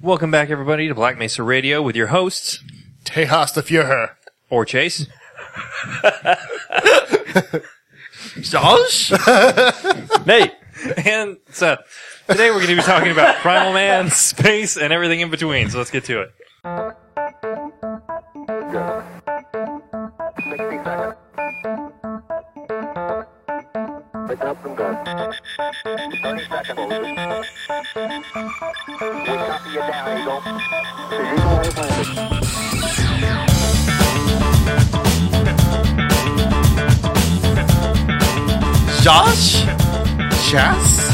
Welcome back, everybody, to Black Mesa Radio with your hosts, Tejas the Fuhrer. or Chase. Josh? Nate. And Seth. Today we're going to be talking about Primal Man, space, and everything in between. So let's get to it. Pick up from gun. 30 seconds. We copy you down, Eagle. The Eagle has landed. Josh? Chas?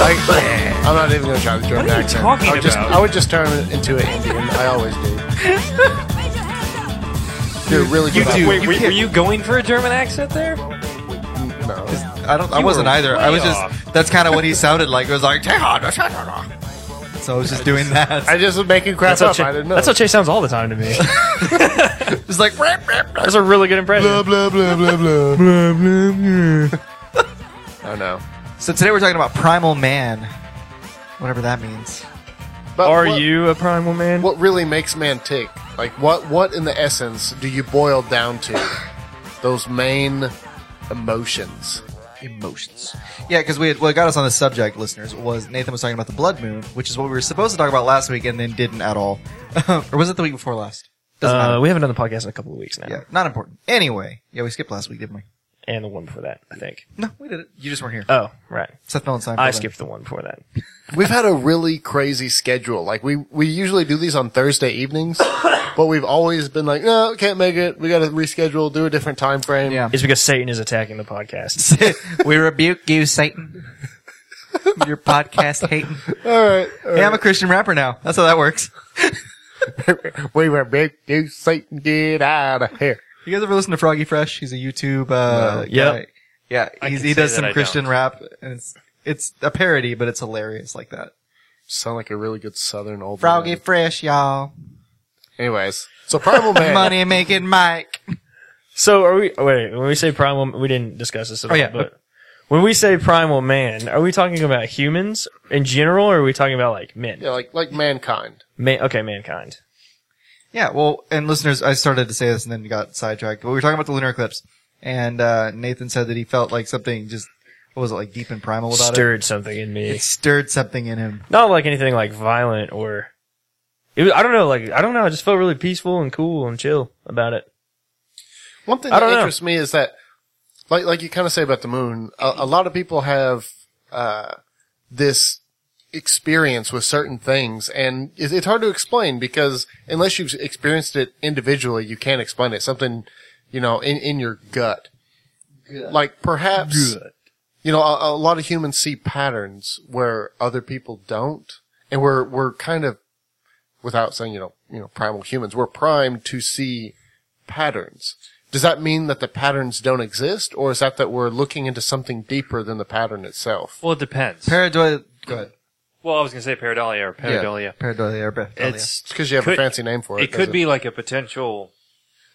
I, I'm not even going to try to do an What are you accent. talking I would Just, about? I would just turn it into an Indian. I always do. Raise your hands up. You're really good at Wait, were, were you going for a German accent there? No. I don't. I wasn't were either. I way was just. off. That's kind of what he sounded like. It was like. So I was just doing that. I just was making crap That's how, up. Che- I didn't know. that's how Chase sounds all the time to me. It was like. "Rap, rap, rap." That's a really good impression. blah, blah, blah, blah, blah. blah, blah, blah. I know. So today we're talking about primal man, whatever that means. But Are what, you a primal man? What really makes man tick? Like, what, what in the essence do you boil down to? Those main emotions. Emotions. Yeah, because we had, what got us on this subject, listeners, was Nathan was talking about the blood moon, which is what we were supposed to talk about last week and then didn't at all, or was it the week before last? Doesn't Uh, matter. we haven't done the podcast in a couple of weeks now, Yeah, not important. Anyway, yeah, we skipped last week, didn't we? and the one before that, I think. No, we did it. You just weren't here. Oh, right. Seth Seth Seinfeld. I skipped the one before that. We've had a really crazy schedule. Like we we usually do these on Thursday evenings, but we've always been like, no, can't make it. We got to reschedule, do a different time frame. Yeah. It's because Satan is attacking the podcast. we rebuke you, Satan. Your podcast hating. All right. Hey, I'm a Christian rapper now. That's how that works. We were big. You Satan, get out of here. You guys ever listen to Froggy Fresh? He's a YouTube uh, Yep. guy. Yeah, he's, can he say does that some I Christian don't. rap, and it's it's a parody, but it's hilarious like that. Sound like a really good Southern old Froggy man. Fresh, y'all. Anyways, so Primal Man. Money making Mike. so, are we? Wait, when we say primal, we didn't discuss this at Oh, all. yeah. But when we say primal man, are we talking about humans in general, or are we talking about like men? Yeah, like like mankind. Man, okay, mankind. Yeah, well, and listeners, I started to say this and then got sidetracked. But we were talking about the lunar eclipse, and uh, Nathan said that he felt like something just what was it like deep and primal about it. Stirred something in me. It stirred something in him. Not like anything like violent or. It was, I don't know. Like I don't know. I just felt really peaceful and cool and chill about it. One thing I that don't know. interests me is that, like, like you kind of say about the moon, a, a lot of people have uh, this experience with certain things, and it, it's hard to explain because unless you've experienced it individually, you can't explain it. Something, you know, in in your gut, like perhaps, you know, a, a lot of humans see patterns where other people don't, and we're we're kind of without saying, you know, you know, primal humans, we're primed to see patterns. Does that mean that the patterns don't exist, or is that that we're looking into something deeper than the pattern itself? Well, it depends. Paradoid. Go ahead. well, I was going to say pareidolia or pareidolia. Paradoid. or- It's It's because you have could- a fancy name for it. It could doesn't be like a potential.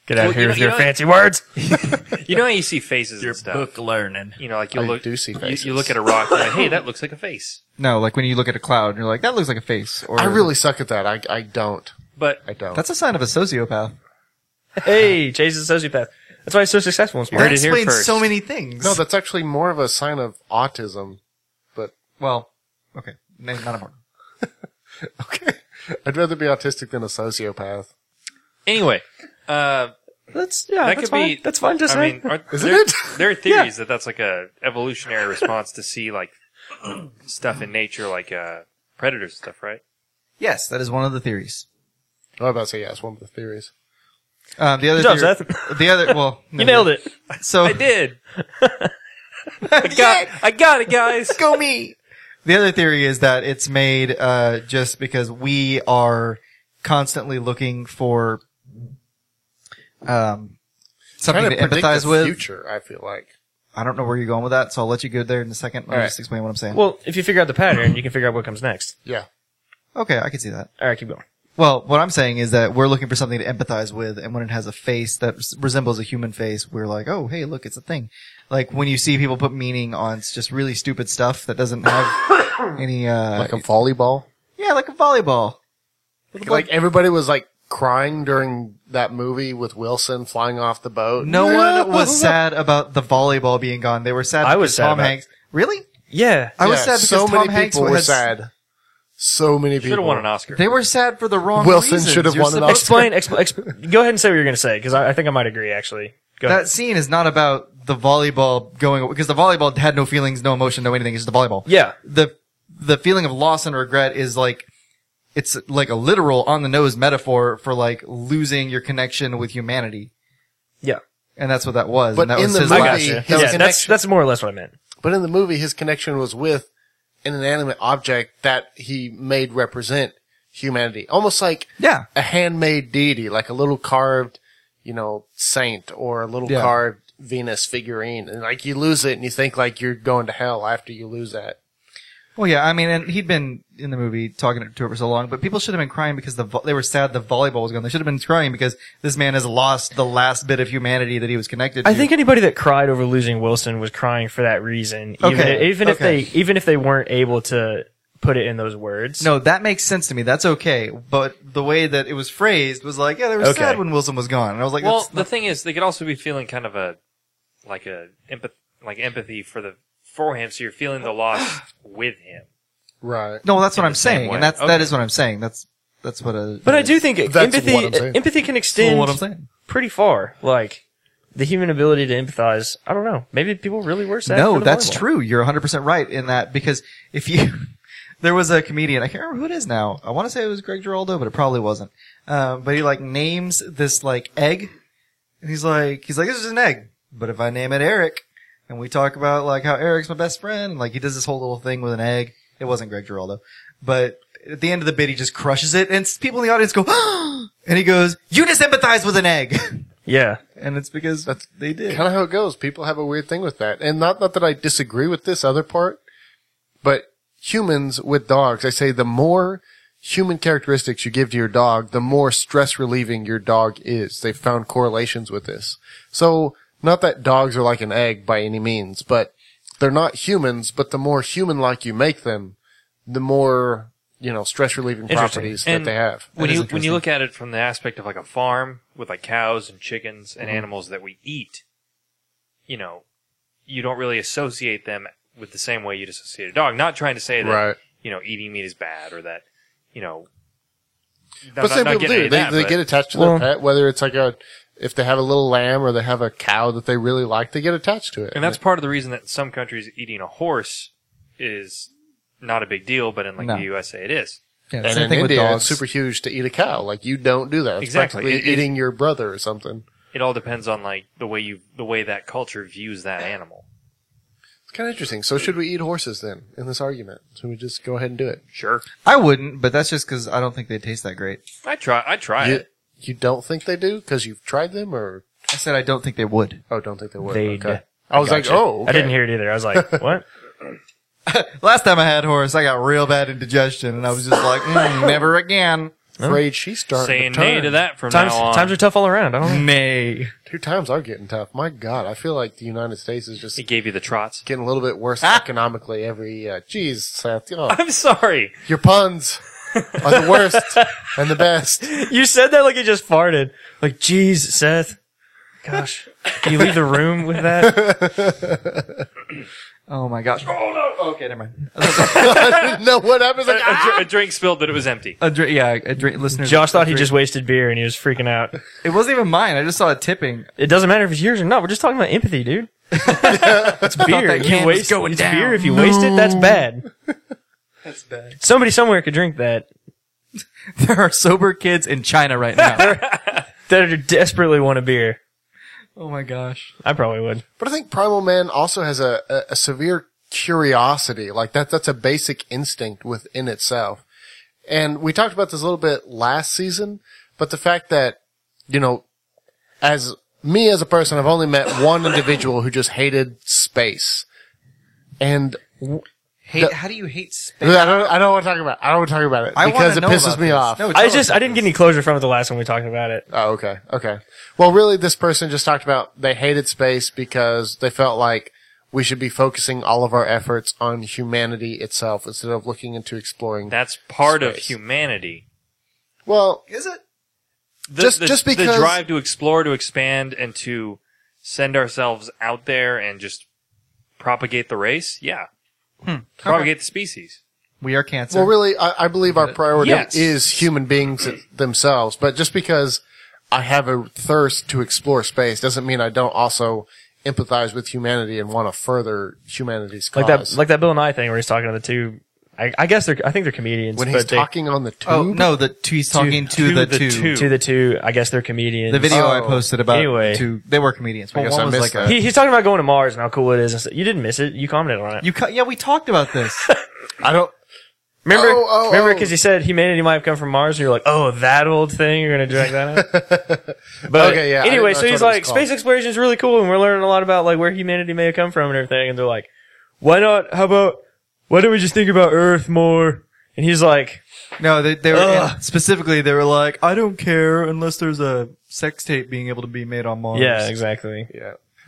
Get out Well, of here you with know- your you know- fancy words. You know how you see faces your and stuff. book learning. You know, like you I look. do see you- faces. You, look at a rock. and like, hey, that looks like a face. No, like when you look at a cloud and you're like, that looks like a face. Or I really suck at that. I, I don't. But I don't. That's a sign of a sociopath. hey, Chase is a sociopath. That's why he's so successful in sports. Heard That it here explains first. so many things. no, that's actually more of a sign of autism. well, okay, no, not important. Okay. I'd rather be autistic than a sociopath. anyway, uh, That's yeah. that that's could fine. be that's fine to say. I mean, are, Isn't there, it? there are theories that that's like a evolutionary response to see like stuff in nature, like uh, predators and stuff, right? Yes, that is one of the theories. I was about to say, yeah, it's one of the theories. Um, the other, Good job, theory- Seth. the other, well, you nailed it. So I did. I got, I got it, guys. go me. The other theory is that it's made uh, just because we are constantly looking for um, something Trying to to predict empathize the with. future, I feel like. I don't know where you're going with that, so I'll let you go there in a second. Let me All right. just explain what I'm saying. Well, if you figure out the pattern, you can figure out what comes next. Yeah. okay, I can see that. All right, keep going. Well, what I'm saying is that we're looking for something to empathize with, and when it has a face that res- resembles a human face, we're like, oh, hey, look, it's a thing. Like when you see people put meaning on s- just really stupid stuff that doesn't have any, uh, Like a volleyball. Yeah, like a volleyball. With a blood- Like everybody was like crying during that movie with Wilson flying off the boat. no one was sad about the volleyball being gone. They were sad. I was because sad Tom about- Hanks. Really? Yeah. I was Yeah, sad because so Tom many Hanks people were had- sad. So many people Should have won an Oscar. They were sad for the wrong. Wilson reasons. should have You're won an Oh, supposed- Oscar. Explain. Exp- exp- go ahead and say what you're going to say because I, I think I might agree. Actually, go That scene is not about the volleyball going because the volleyball had no feelings, no emotion, no anything. It's just the volleyball. ahead. Yeah. the the feeling of loss and regret is like it's like a literal on the nose metaphor for like losing your connection with humanity, Yeah. and that's what that was. But and that in was the his I movie- last- gotcha. his Yeah, that's connection- that's more or less what I meant. But in the movie, his connection was with an inanimate object that he made represent humanity, almost like Yeah. a handmade deity, like a little carved, you know, saint or a little Yeah. carved Venus figurine, and like you lose it and you think like you're going to hell after you lose that. Well, yeah, I mean, and he'd been in the movie talking to her for so long, but people should have been crying because the vo- they were sad the volleyball was gone. They should have been crying because this man has lost the last bit of humanity that he was connected. I to. think anybody that cried over losing Wilson was crying for that reason. Even, Okay, even if okay. they even if they weren't able to put it in those words. No, that makes sense to me. That's okay. But the way that it was phrased was like, yeah, they were Okay. sad when Wilson was gone. And I was like, well, that's the thing is, they could also be feeling kind of a like a empath, like empathy for the for him. So you're feeling the loss with him. Right. No, that's what in I'm the same saying, way. and that's that Okay. is what I'm saying. That's that's what. A, But I do think empathy what I'm saying. empathy can extend what I'm saying. pretty far. Like the human ability to empathize. I don't know. Maybe people really were sad. for No, the that's volleyball. true. You're 100 percent right in that because if you, there was a comedian. I can't remember who it is now. I want to say it was Greg Giraldo, but it probably wasn't. Um, but he like names this like egg, and he's like he's like this is an egg. But if I name it Eric, and we talk about like how Eric's my best friend, and, like he does this whole little thing with an egg. It wasn't Greg Giraldo, but at the end of the bit, he just crushes it, and s- people in the audience go, and he goes, "You just empathize with an egg." Yeah. and it's because that's, they did. kind of how it goes. People have a weird thing with that, and not not that I disagree with this other part, but humans with dogs, I say the more human characteristics you give to your dog, the more stress relieving your dog is. They've found correlations with this. So not that dogs are like an egg by any means, but they're not humans. But the more human like you make them, the more you know stress relieving Interesting. properties And that they have. When is you when interesting. you look at it from the aspect of like a farm with like cows and chickens and animals that we eat, you know, you don't really associate them with the same way you'd associate a dog. Not trying to say that Right. you know eating meat is bad or that you know. I'm but not- some not people getting any do. of They, that, they but- get attached to Well- their pet, whether it's like a if they have a little lamb or they have a cow that they really like, they get attached to it. And that's part of the reason that in some countries eating a horse is not a big deal, but in like No. the USA it is. Yeah, and same in thing with India, dogs. it's super huge to eat a cow. Like you don't do that. It's Exactly. practically It- it- eating your brother or something. It all depends on like the way you the way that culture views that animal. It's kind of interesting. So should we eat horses then in this argument? Should we just go ahead and do it? Sure. I wouldn't, but that's just because I don't think they taste that great. I try I try You, it. you don't think they do because you've tried them, or I said I don't think they would. oh, don't think they would. They'd. Okay. I was like, oh, I didn't hear it either. I was like, what? Last time I had horse, I got real bad indigestion, and I was just like, mm, never again. afraid she's starting Saying to turn. nay to that from Times now on. times are tough all around. I don't know. Nay. Two times are getting tough. My God, I feel like the United States is just it gave you the trots. getting a little bit worse Ah! economically every. Uh, geez, Seth, you know, I'm sorry. Your puns are the worst and the best. You said that like you just farted. Like, geez, Seth. Gosh, can you leave the room with that? Oh my gosh. Oh no. Okay, never mind. I didn't know what happens. A, Like, a dr- a drink spilled that it was empty. A drink, yeah, a drink. Listeners, Josh thought a he drink- just wasted beer and he was freaking out. It wasn't even mine. I just saw it tipping. It doesn't matter if it's yours or not. We're just talking about empathy, dude. it's beer. that You can was waste- going it's down. beer. If you waste it, that's bad. That's bad. Somebody somewhere could drink that. There are sober kids in China right now. That desperately want a beer. oh my gosh. I probably would. but I think Primal Man also has a, a, a severe curiosity. Like that, that's a basic instinct within itself. And we talked about this a little bit last season, but the fact that, you know, as me as a person, I've only met one individual who just hated space. And Hate. how do you hate I space? don't, I don't want to talk about it. I don't want to talk about it I because wanna it know pisses about me this. off. No, I tell us just I didn't get any closure from it the last time we talked about it. Oh, okay. Okay. Well, really, this person just talked about they hated space because they felt like, we should be focusing all of our efforts on humanity itself instead of looking into exploring. That's part of Space. humanity. well, Is it? The, Just- the, just the because- drive to explore, to expand, and to send ourselves out there and just propagate the race. Yeah, propagate the species. We are cancer. well, really, I, I believe our priority Yes. is human beings themselves. But just because I have a thirst to explore space doesn't mean I don't also empathize with humanity and want to further humanity's cause. Like that, like that Bill Nye thing where he's talking to the two. I, I guess they're. I think they're comedians. when but he's they, talking on the tube. oh no, the two, he's talking to, to the, the two. two. to the two. I guess they're comedians. The video I Oh. posted about Anyway. two. They were comedians. Well, guess one I was missed like a- that. He, he's talking about going to Mars and how cool it is. I said, you didn't miss it. You commented on it. You cut. Yeah, we talked about this. I don't remember. Oh, oh, remember oh. because he said humanity might have come from Mars, and you're like, oh, that old thing. You're gonna drag that up. But Okay, yeah, I didn't know Anyway, that's so he's what it was like, called. space exploration is really cool, and we're learning a lot about like where humanity may have come from and everything. And they're like, why not? How about? Why don't we just think about Earth more? And he's like, No, they, they were Ugh. and specifically. They were like, I don't care unless there's a sex tape being able to be made on Mars. yeah, exactly.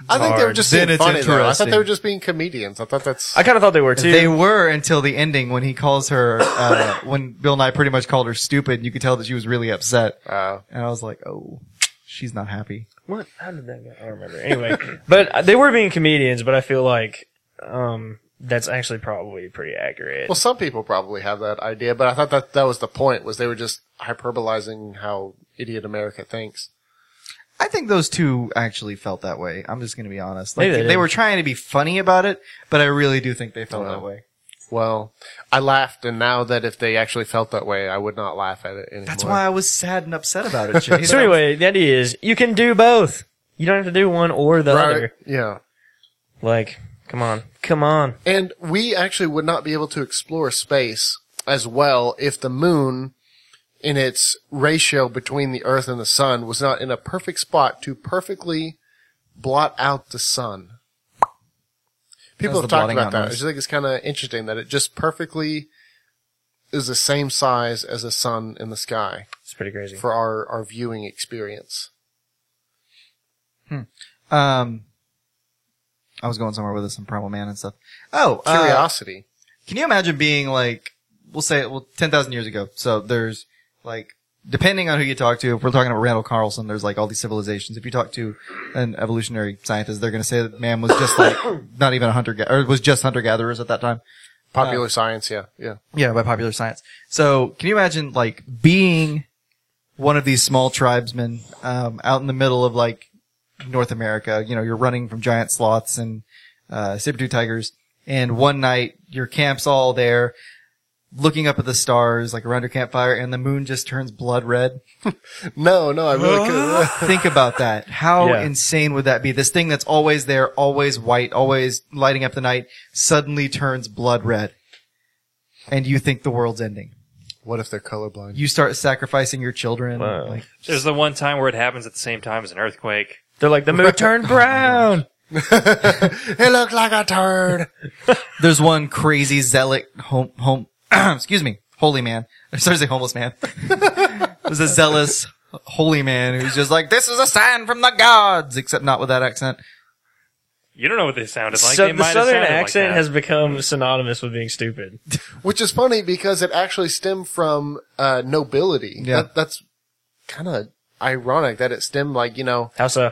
I think they were hard. just Then being it's funny. Though. I thought they interesting. were just being comedians. I thought that's. I kind of thought they were too. They were until the ending when he calls her, uh, when Bill Nye pretty much called her stupid. and You could tell that she was really upset. uh, And I was like, oh, she's not happy. What? How did that go? I don't remember. Anyway, but they were being comedians, but I feel like um, that's actually probably pretty accurate. well, some people probably have that idea, but I thought that that was the point. Was they were just hyperbolizing how idiot America thinks. I think those two actually felt that way. I'm just going to be honest. Like, Maybe they, they did. were trying to be funny about it, but I really do think they felt Well. that way. Well, I laughed, and now that if they actually felt that way, I would not laugh at it anymore. That's why I was sad and upset about it. Chase. so anyway, the idea is you can do both. You don't have to do one or the Right? other. Yeah. Like, come on, come on. And we actually would not be able to explore space as well if the moon in its ratio between the earth and the sun was not in a perfect spot to perfectly blot out the sun. People How's have the talked blotting about out that. I noise? just think it's kind of interesting that it just perfectly is the same size as the sun in the sky It's pretty crazy. for our, our viewing experience. um, I was going somewhere with this on Primal Man and stuff. Oh, uh, Curiosity. Can you imagine being like, we'll say, well, 10,000 years ago. So there's like, depending on who you talk to, if we're talking about Randall Carlson, there's like all these civilizations. If you talk to an evolutionary scientist, they're going to say that man was just like, not even a hunter, ga- or was just hunter gatherers at that time. uh. Popular science, yeah, yeah. Yeah, by popular science. So can you imagine like being one of these small tribesmen, um, out in the middle of like North America? You know, you're running from giant sloths and, uh, saber-tooth tigers. And one night your camp's all there looking up at the stars, like around your campfire and the moon just turns blood red. No, no, I really could. Think about that. How Yeah. insane would that be? This thing that's always there, always white, always lighting up the night suddenly turns blood red. And you think the world's ending What if they're colorblind? you start sacrificing your children. Wow. Like, There's the one time where it happens at the same time as an earthquake. They're like the moon turned brown. It looked like a turd. there's one crazy zealot home home. excuse me, holy man. I'm sorry to say homeless man. there's a zealous holy man who's just like, this is a sign from the gods, except not with that accent. You don't know what they sounded like. so they the might southern have sounded like accent that. has become synonymous with being stupid. Which is funny because it actually stemmed from uh, nobility. Yeah. That, that's kind of ironic that it stemmed like, you know, How so?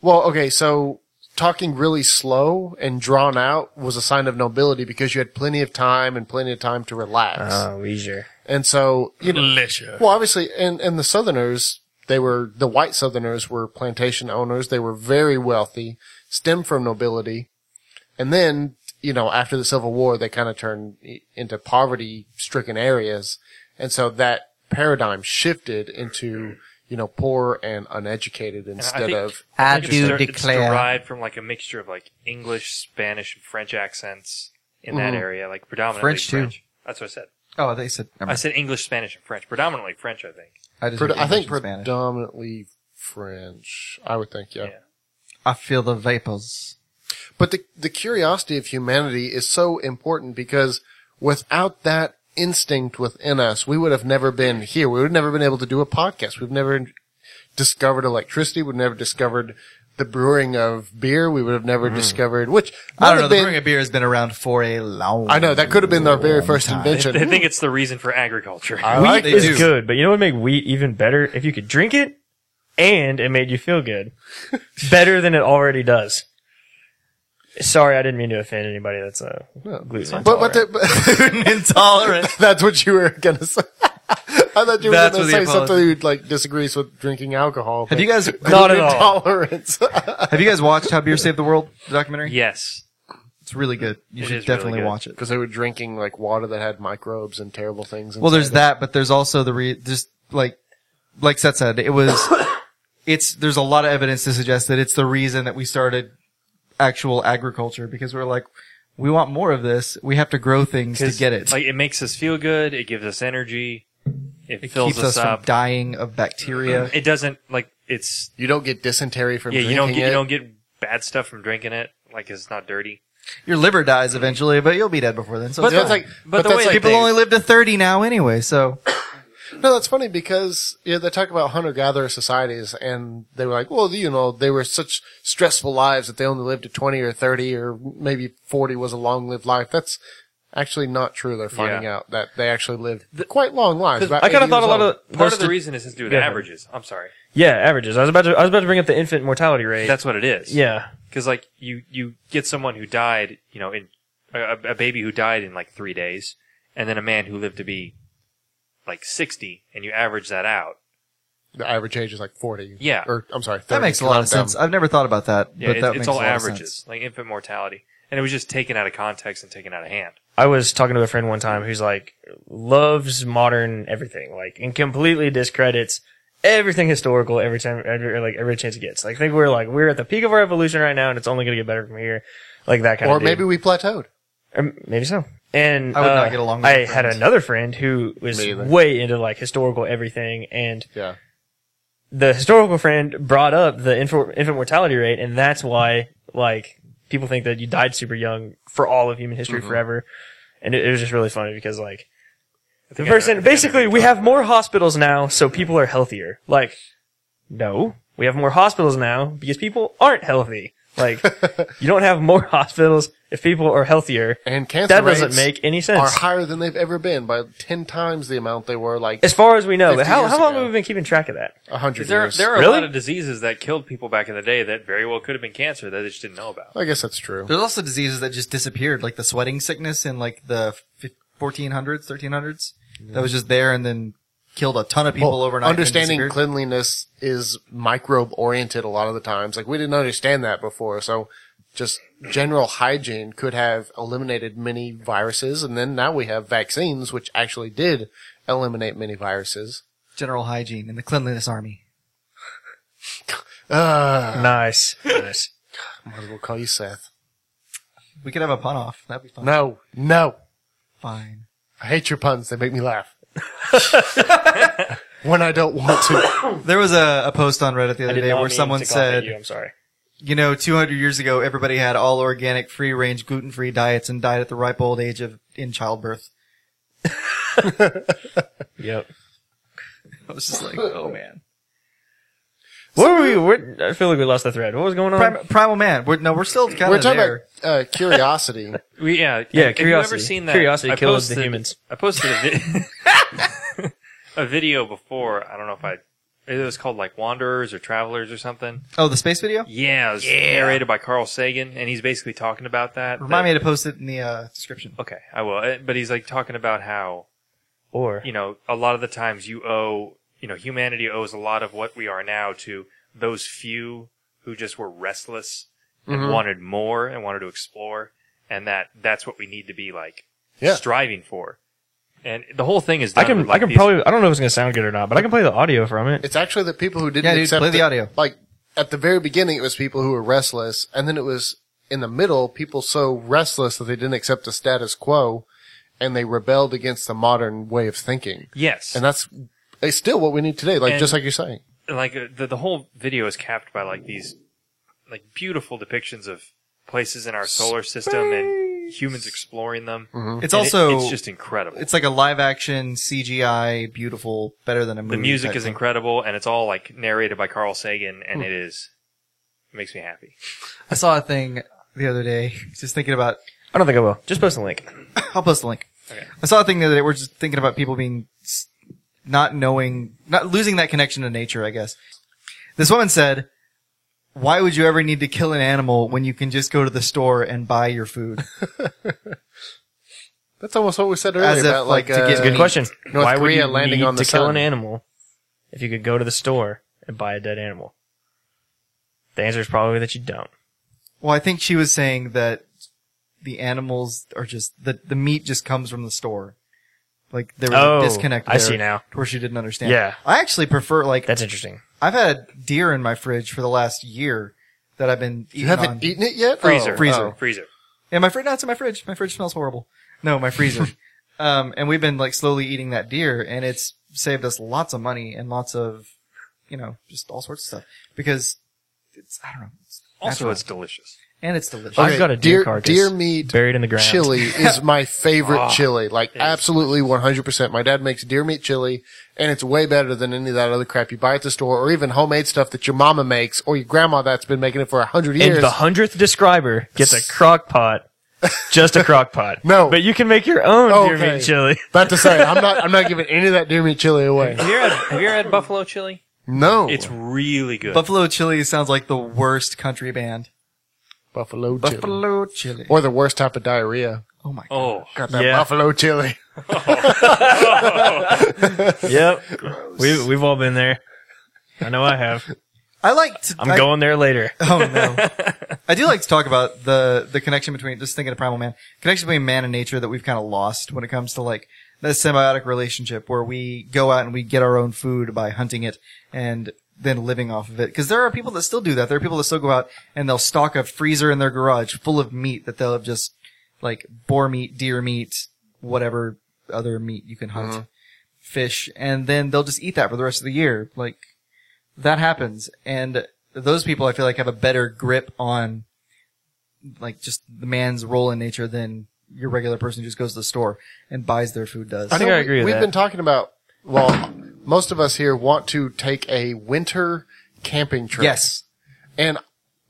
well, okay, so talking really slow and drawn out was a sign of nobility because you had plenty of time and plenty of time to relax. Oh, leisure. And so, you know, well, obviously, and, and the Southerners, they were, the white Southerners were plantation owners. They were very wealthy, stemmed from nobility. And then, you know, after the Civil War, they kind of turned i- into poverty stricken areas. And so that paradigm shifted into, you know, poor and uneducated instead think- of, I It's der- It's derived from like a mixture of like English, Spanish, and French accents in that area, like predominantly French, too. That's what I said. Oh, they said. I said English, Spanish, and French. Predominantly French, I think. I, just pred- heard I think English and Spanish. predominantly French. I would think, yeah. Yeah. I feel the vapors. But the, the curiosity of humanity is so important because without that instinct within us, we would have never been here. We would have never been able to do a podcast. We've never discovered electricity. We've never discovered the brewing of beer, we would have never discovered. Which might Hmm. I don't know. have The been- brewing of beer has been around for a long. I know that could have been our very long first time. invention. They think it's the reason for agriculture. I wheat like they is do. good, but you know what made wheat even better? If you could drink it and it made you feel good. better than it already does. Sorry, I didn't mean to offend anybody that's uh, gluten but but, the, Intolerant. that's what you were gonna say. I thought you were That's gonna what the say apology- something who like disagrees with drinking alcohol. Have you guys Not at all. Tolerance. have you guys watched How Beer Saved the World the documentary? yes. it's really good. You It should is really definitely good. watch it. Because they were drinking like water that had microbes and terrible things. Well, there's inside that, but there's also the re- just like like Seth said, it was it's there's a lot of evidence to suggest that it's the reason that we started actual agriculture because we're like we want more of this. We have to grow things to 'Cause, get it. Like it makes us feel good. It gives us energy. It, it fills keeps us Mm-hmm. from up. dying of bacteria. it doesn't like it's it. You don't get dysentery from yeah. drinking You don't get it. you don't get bad stuff from drinking it. Like 'cause it's not dirty. Your liver dies eventually, but you'll be dead before then. So But it's Yeah, it's fine. like, but but, the that's way like, people only live to thirty now anyway. So No, that's funny because yeah, they talk about hunter gatherer societies, and they were like, well, you know, they were such stressful lives that they only lived to twenty or thirty or maybe forty was a long lived life. That's actually not true. They're finding Yeah. out that they actually lived quite long lives. about I kind 80 of thought a years lot old. of Part of most the reason is to do with Go ahead. averages. I'm sorry. yeah averages. I was about to I was about to bring up the infant mortality rate. That's what it is. yeah, Because like you you get someone who died, you know, in a, a baby who died in like three days, and then a man who lived to be like sixty, and you average that out. the average age is like forty. Yeah. or I'm sorry, 30, that makes a lot of Calm down. sense. I've never thought about that, Yeah, but it- that it's makes all a lot of averages, sense. like infant mortality, and it was just taken out of context and taken out of hand. I was talking to a friend one time who's like loves modern everything, like and completely discredits everything historical every time, every like every chance it gets. Like I think we're like we're at the peak of our evolution right now, and it's only going to get better from here. Like that kind Or of. dude. maybe we plateaued. Or maybe so. And I would not uh, get along with I that had friend. another friend who was Me either. way into like historical everything, and Yeah, the historical friend brought up the infant, infant mortality rate, and that's why like people think that you died super young for all of human Mm-hmm. history forever. And it, it was just really funny because like the think I know- I person think I know basically we have more hospitals now, so people are healthier. Like no, we have more hospitals now because people aren't healthy. Like you don't have more hospitals if people are healthier. and cancer That doesn't rates make any are sense. higher than they've ever been by ten times the amount they were like As far as we know, 50 but how, years how long ago. have we been keeping track of that? a hundred There, years. there are a Really? lot of diseases that killed people back in the day that very well could have been cancer that they just didn't know about. I guess that's true. There's also diseases that just disappeared, like the sweating sickness in like the fif- 1400s, 1300s. That was just there and then killed a ton of people Well, overnight. and Understanding disappeared. cleanliness is microbe oriented a lot of the times. Like we didn't understand that before. So just general hygiene could have eliminated many viruses. And then now we have vaccines, which actually did eliminate many viruses. general hygiene and the cleanliness army. Ah, Nice, nice. might as well call you Seth. We could have a pun off. That'd be fun. No, no. Fine. I hate your puns. They make me laugh. when I don't want to. There was a, a post on Reddit the I other did day not where mean someone to cough at said, you, "I'm sorry." you know, 200 years ago, everybody had all organic, free range, gluten free diets and died at the ripe old age of in childbirth. Yep. I was just like, oh man. What were we? What, I feel like we lost the thread. What was going on? Prim- primal man. We're, no, we're still kind of We're talking there. about uh, curiosity. We, yeah, Yeah, Have You curiosity. ever seen that? Curiosity I killed the posted- humans. I posted a, vi- a video before. I don't know if I. It was called like Wanderers or Travelers or something. oh, the space video? Yeah, it was narrated by Carl Sagan, and he's basically talking about that. Remind that- me to post it in the uh, description. Okay, I will. Uh, But he's like talking about how or you know a lot of the times you owe you know humanity owes a lot of what we are now to those few who just were restless and Mm-hmm. wanted more and wanted to explore, and that that's what we need to be like Yeah. striving for. And the whole thing is done I can. with, like, I can these- probably. I don't know if it's gonna sound good or not, but I can play the audio from it. It's actually the people who didn't Yeah, dude, accept play the it- audio. Like at the very beginning, it was people who were restless, and then it was in the middle people so restless that they didn't accept the status quo, and they rebelled against the modern way of thinking. yes, And that's it's still what we need today. Like And- just like you're saying, like uh, the the whole video is capped by like these like beautiful depictions of places in our solar system and humans exploring them. Mm-hmm. It's Mm-hmm. And it- also it's just incredible. it's like a live action CGI, beautiful, better than a movie. the music type Hmm. is thing. incredible and it's all like narrated by Carl Sagan and it is It makes me happy. I saw a thing the other day, just thinking about, I don't think I will. Just post a link. I'll post the link. Okay. I saw a thing the other day, we're just thinking about people being, s- not knowing, not losing that connection to nature, I guess. This woman said, why would you ever need to kill an animal when you can just go to the store and buy your food? That's almost what we said earlier if, about like, like, to uh, get Good question. North Why would Korea you landing need on the to kill sun. an animal if you could go to the store and buy a dead animal? The answer is probably that you don't. Well, I think she was saying that the animals are just the the meat just comes from the store. Like there was Oh, a disconnect. I there see now. to Where she didn't understand. Yeah. I actually prefer like That's interesting. I've had deer in my fridge for the last year that I've been eating You haven't on. eaten it yet? Freezer, Oh, freezer. oh. freezer. yeah, my fridge. No, it's in my fridge. My fridge smells horrible. No, my freezer. um, and we've been like slowly eating that deer, and it's saved us lots of money and lots of, you know, just all sorts of stuff because it's I don't know. It's Also, natural. it's delicious. and it's delicious. I've got a deer deer, carcass deer meat Buried in the ground. Ah, chili is my favorite Oh, chili. Like absolutely 100%. My dad makes deer meat chili and it's way better than any of that other crap you buy at the store or even homemade stuff that your mama makes or your grandma that's been making it for a hundred years. And the hundredth describer gets a crock pot. Just a crock pot. No. But you can make your own deer Okay. meat chili. About to say, I'm not, I'm not giving any of that deer meat chili away. Have you ever had, have you ever had buffalo chili? No. It's really good. Buffalo Chili sounds like the worst country band. buffalo chili. Buffalo Chili. Or the worst type of diarrhea. Oh my god. oh, Got that Yeah. buffalo chili. yep. We've, we've all been there. I know I have. I like to I'm I- going there later. Oh no. I do like to talk about the the connection between just thinking of primal man. Connection between man and nature that we've kind of lost when it comes to like the symbiotic relationship where we go out and we get our own food by hunting it and then living off of it. Cuz there are people that still do that. There are people that still go out and they'll stock a freezer in their garage full of meat that they'll have just like boar meat, deer meat, whatever other meat you can hunt, Uh-huh. fish, and then they'll just eat that for the rest of the year. Like that happens, and those people I feel like have a better grip on like just the man's role in nature than your regular person who just goes to the store and buys their food does. I think know I we- agree with We've that. been talking about, well, most of us here want to take a winter camping trip. yes. And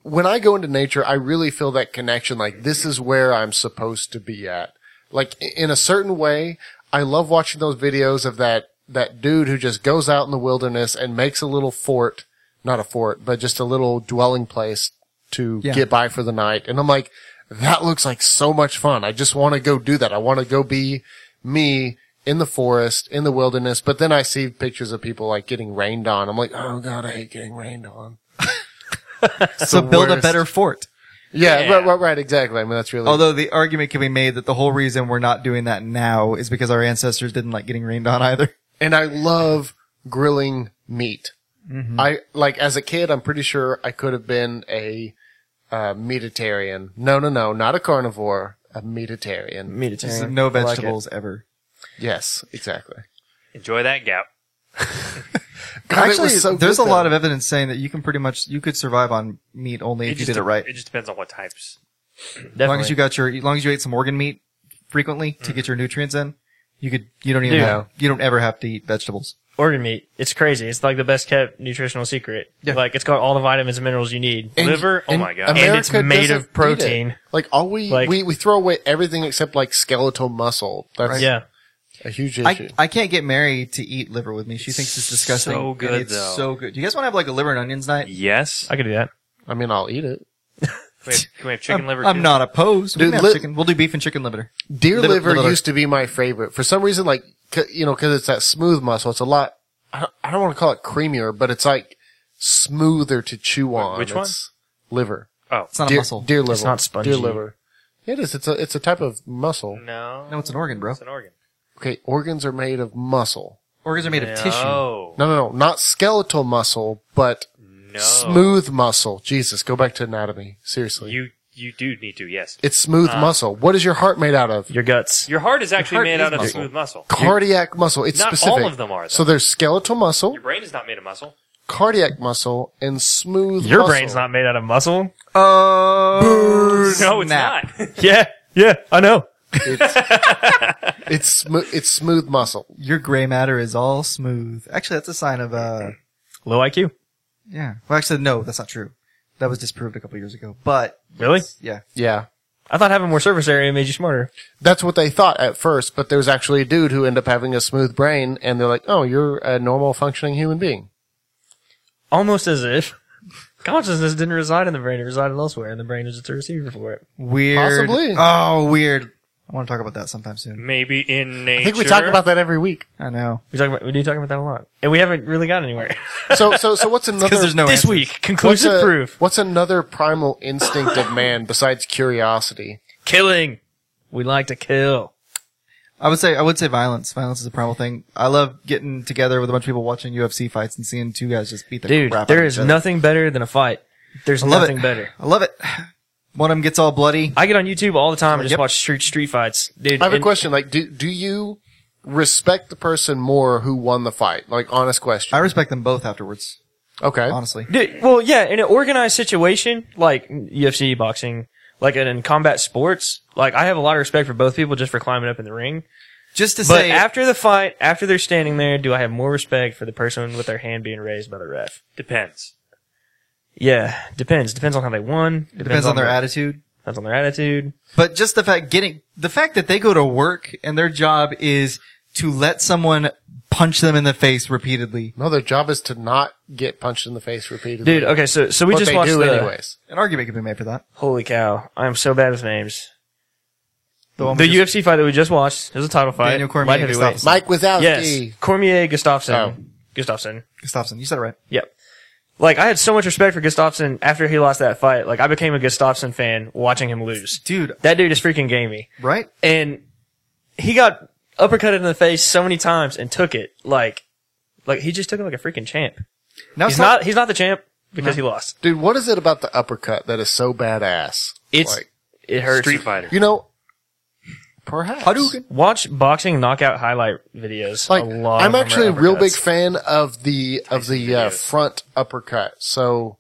when I go into nature, I really feel that connection. Like this is where I'm supposed to be at. Like i- in a certain way, I love watching those videos of that, that dude who just goes out in the wilderness and makes a little fort, not a fort, but just a little dwelling place to Yeah. get by for the night. And I'm like, that looks like so much fun. I just want to go do that. I want to go be me in the forest, in the wilderness. But then I see pictures of people like getting rained on. I'm like, oh God, I hate getting rained on. So build a worst. better fort. Yeah, Yeah. Right, right, right, exactly. I mean, that's really. Although the argument can be made that the whole reason we're not doing that now is because our ancestors didn't like getting rained on either. and I love grilling meat. I like as a kid, I'm pretty sure I could have been a uh, meatitarian. No, no, no, not a carnivore, a meatitarian. Just Mediterranean. no vegetables ever. Yes, exactly. enjoy that gap. God, it Actually, was so there's good, a lot though. of evidence saying that you can pretty much you could survive on meat only if you just did it de- right. It just depends on what types. As long as you Definitely. got your, as long as you ate some organ meat frequently to Mm. get your nutrients in, you could, you don't even, Dude. have, you don't ever have to eat vegetables. Organ meat. It's crazy. It's like the best kept nutritional secret. Yeah. Like it's got all the vitamins and minerals you need. And- Liver. Oh and my god. Ameri- And it's America made doesn't of eat it. protein. Like all we, Like- we we throw away everything except like skeletal muscle. That's yeah. a huge issue. I, I can't get Mary to eat liver with me. She thinks it's disgusting. so and good, it's though. so good. Do you guys want to have like a liver and onions night? Yes. I could do that. I mean, I'll eat it. Can we have, can we have chicken I'm, liver? I'm too? not opposed. we Dude, can have li- chicken. We'll do beef and chicken liver. Deer Little- liver little- used to be my favorite. For some reason, like, c- you know, cause it's that smooth muscle. It's a lot, I don't, I don't want to call it creamier, but it's like smoother to chew on. which one? It's liver. Oh It's not deer, a muscle. Deer liver. not spongy. Deer liver. It is. It's a, it's a type of muscle. no. No, it's an organ, bro. It's an organ. Okay. Organs are made of muscle. Organs are made of tissue. No. No, no, no. Not skeletal muscle, but No. smooth muscle. Jesus. Go back to anatomy. Seriously. You Uh, you do need to. Yes. it's smooth muscle. What is your heart made out of? Your guts. Your heart is actually heart made is out of muscle. smooth muscle. Cardiac muscle. It's Not all specific. of them are, though. So there's skeletal muscle. Your brain is not made of muscle. cardiac muscle and smooth Your muscle. brain's not made out of muscle. Oh, No, it's snap. not. Yeah. Yeah. I know. it's smo- it's smooth muscle Your gray matter is all smooth. Actually, that's a sign of, uh, Low IQ. yeah. Well, actually, no, that's not true. That was disproved a couple years ago. But Really? yeah, Yeah. I thought having more surface area made you smarter. That's what they thought at first, but there's actually a dude who ended up having a smooth brain and they're like, oh, you're a normal functioning human being. Almost as if consciousness didn't reside in the brain; it resided elsewhere, and the brain is just a receiver for it. weird. Possibly. Oh, weird. I want to talk about that sometime soon. Maybe in nature. I think we talk about that every week. I know We talk about we do talk about that a lot, and we haven't really got anywhere So, so, so what's another? because there's no this answer. week. what's, Conclusive a- proof: what's another primal instinct of man besides curiosity? killing. We like to kill. I would say I would say violence. Violence is a primal thing. I love getting together with a bunch of people watching UFC fights and seeing two guys just beat the Dude, crap out there of is each other. nothing better than a fight. There's I love nothing it. better. I love it. One of them gets all bloody. I get on YouTube all the time and just Yep. watch street street fights. Dude, I have a and- question. Like, do, do you respect the person more who won the fight? Like, honest question. I respect them both afterwards. okay. Honestly, Dude, well, yeah, in an organized situation like UFC boxing, like in, in combat sports, like I have a lot of respect for both people just for climbing up in the ring. just to But say, after the fight, after they're standing there, do I have more respect for the person with their hand being raised by the ref? Depends. Yeah, depends. Depends on how they won. Depends, depends on their the- attitude. Depends on their attitude. But just the fact getting the fact that they go to work and their job is to let someone punch them in the face repeatedly. No, their job is to not get punched in the face repeatedly. Dude, okay, so so we What just they watched do the, anyways. An argument could be made for that. Holy cow! I am so bad with names. The, The one Oh, we just- UFC fight that we just watched it was a title fight. Daniel Cormier light heavyweight. Gustafsson. Mike Wazowski. Yes, Cormier Gustafson. Oh. Gustafson. Gustafsson, you said it right. Yep. Like I had so much respect for Gustafsson after he lost that fight. Like I became a Gustafsson fan watching him lose. Dude, That dude is freaking gamey. right? And he got uppercutted in the face so many times and took it like like he just took it like a freaking champ. Now He's not he's not the champ because he lost. Dude, what is it about the uppercut that is so badass? It's Like, it hurts. Street Fighter. you know, perhaps. Hadouken. Watch boxing knockout highlight videos. Like, a lot I'm of them are actually a real big uppercuts. fan of the of the uh, front uppercut. So,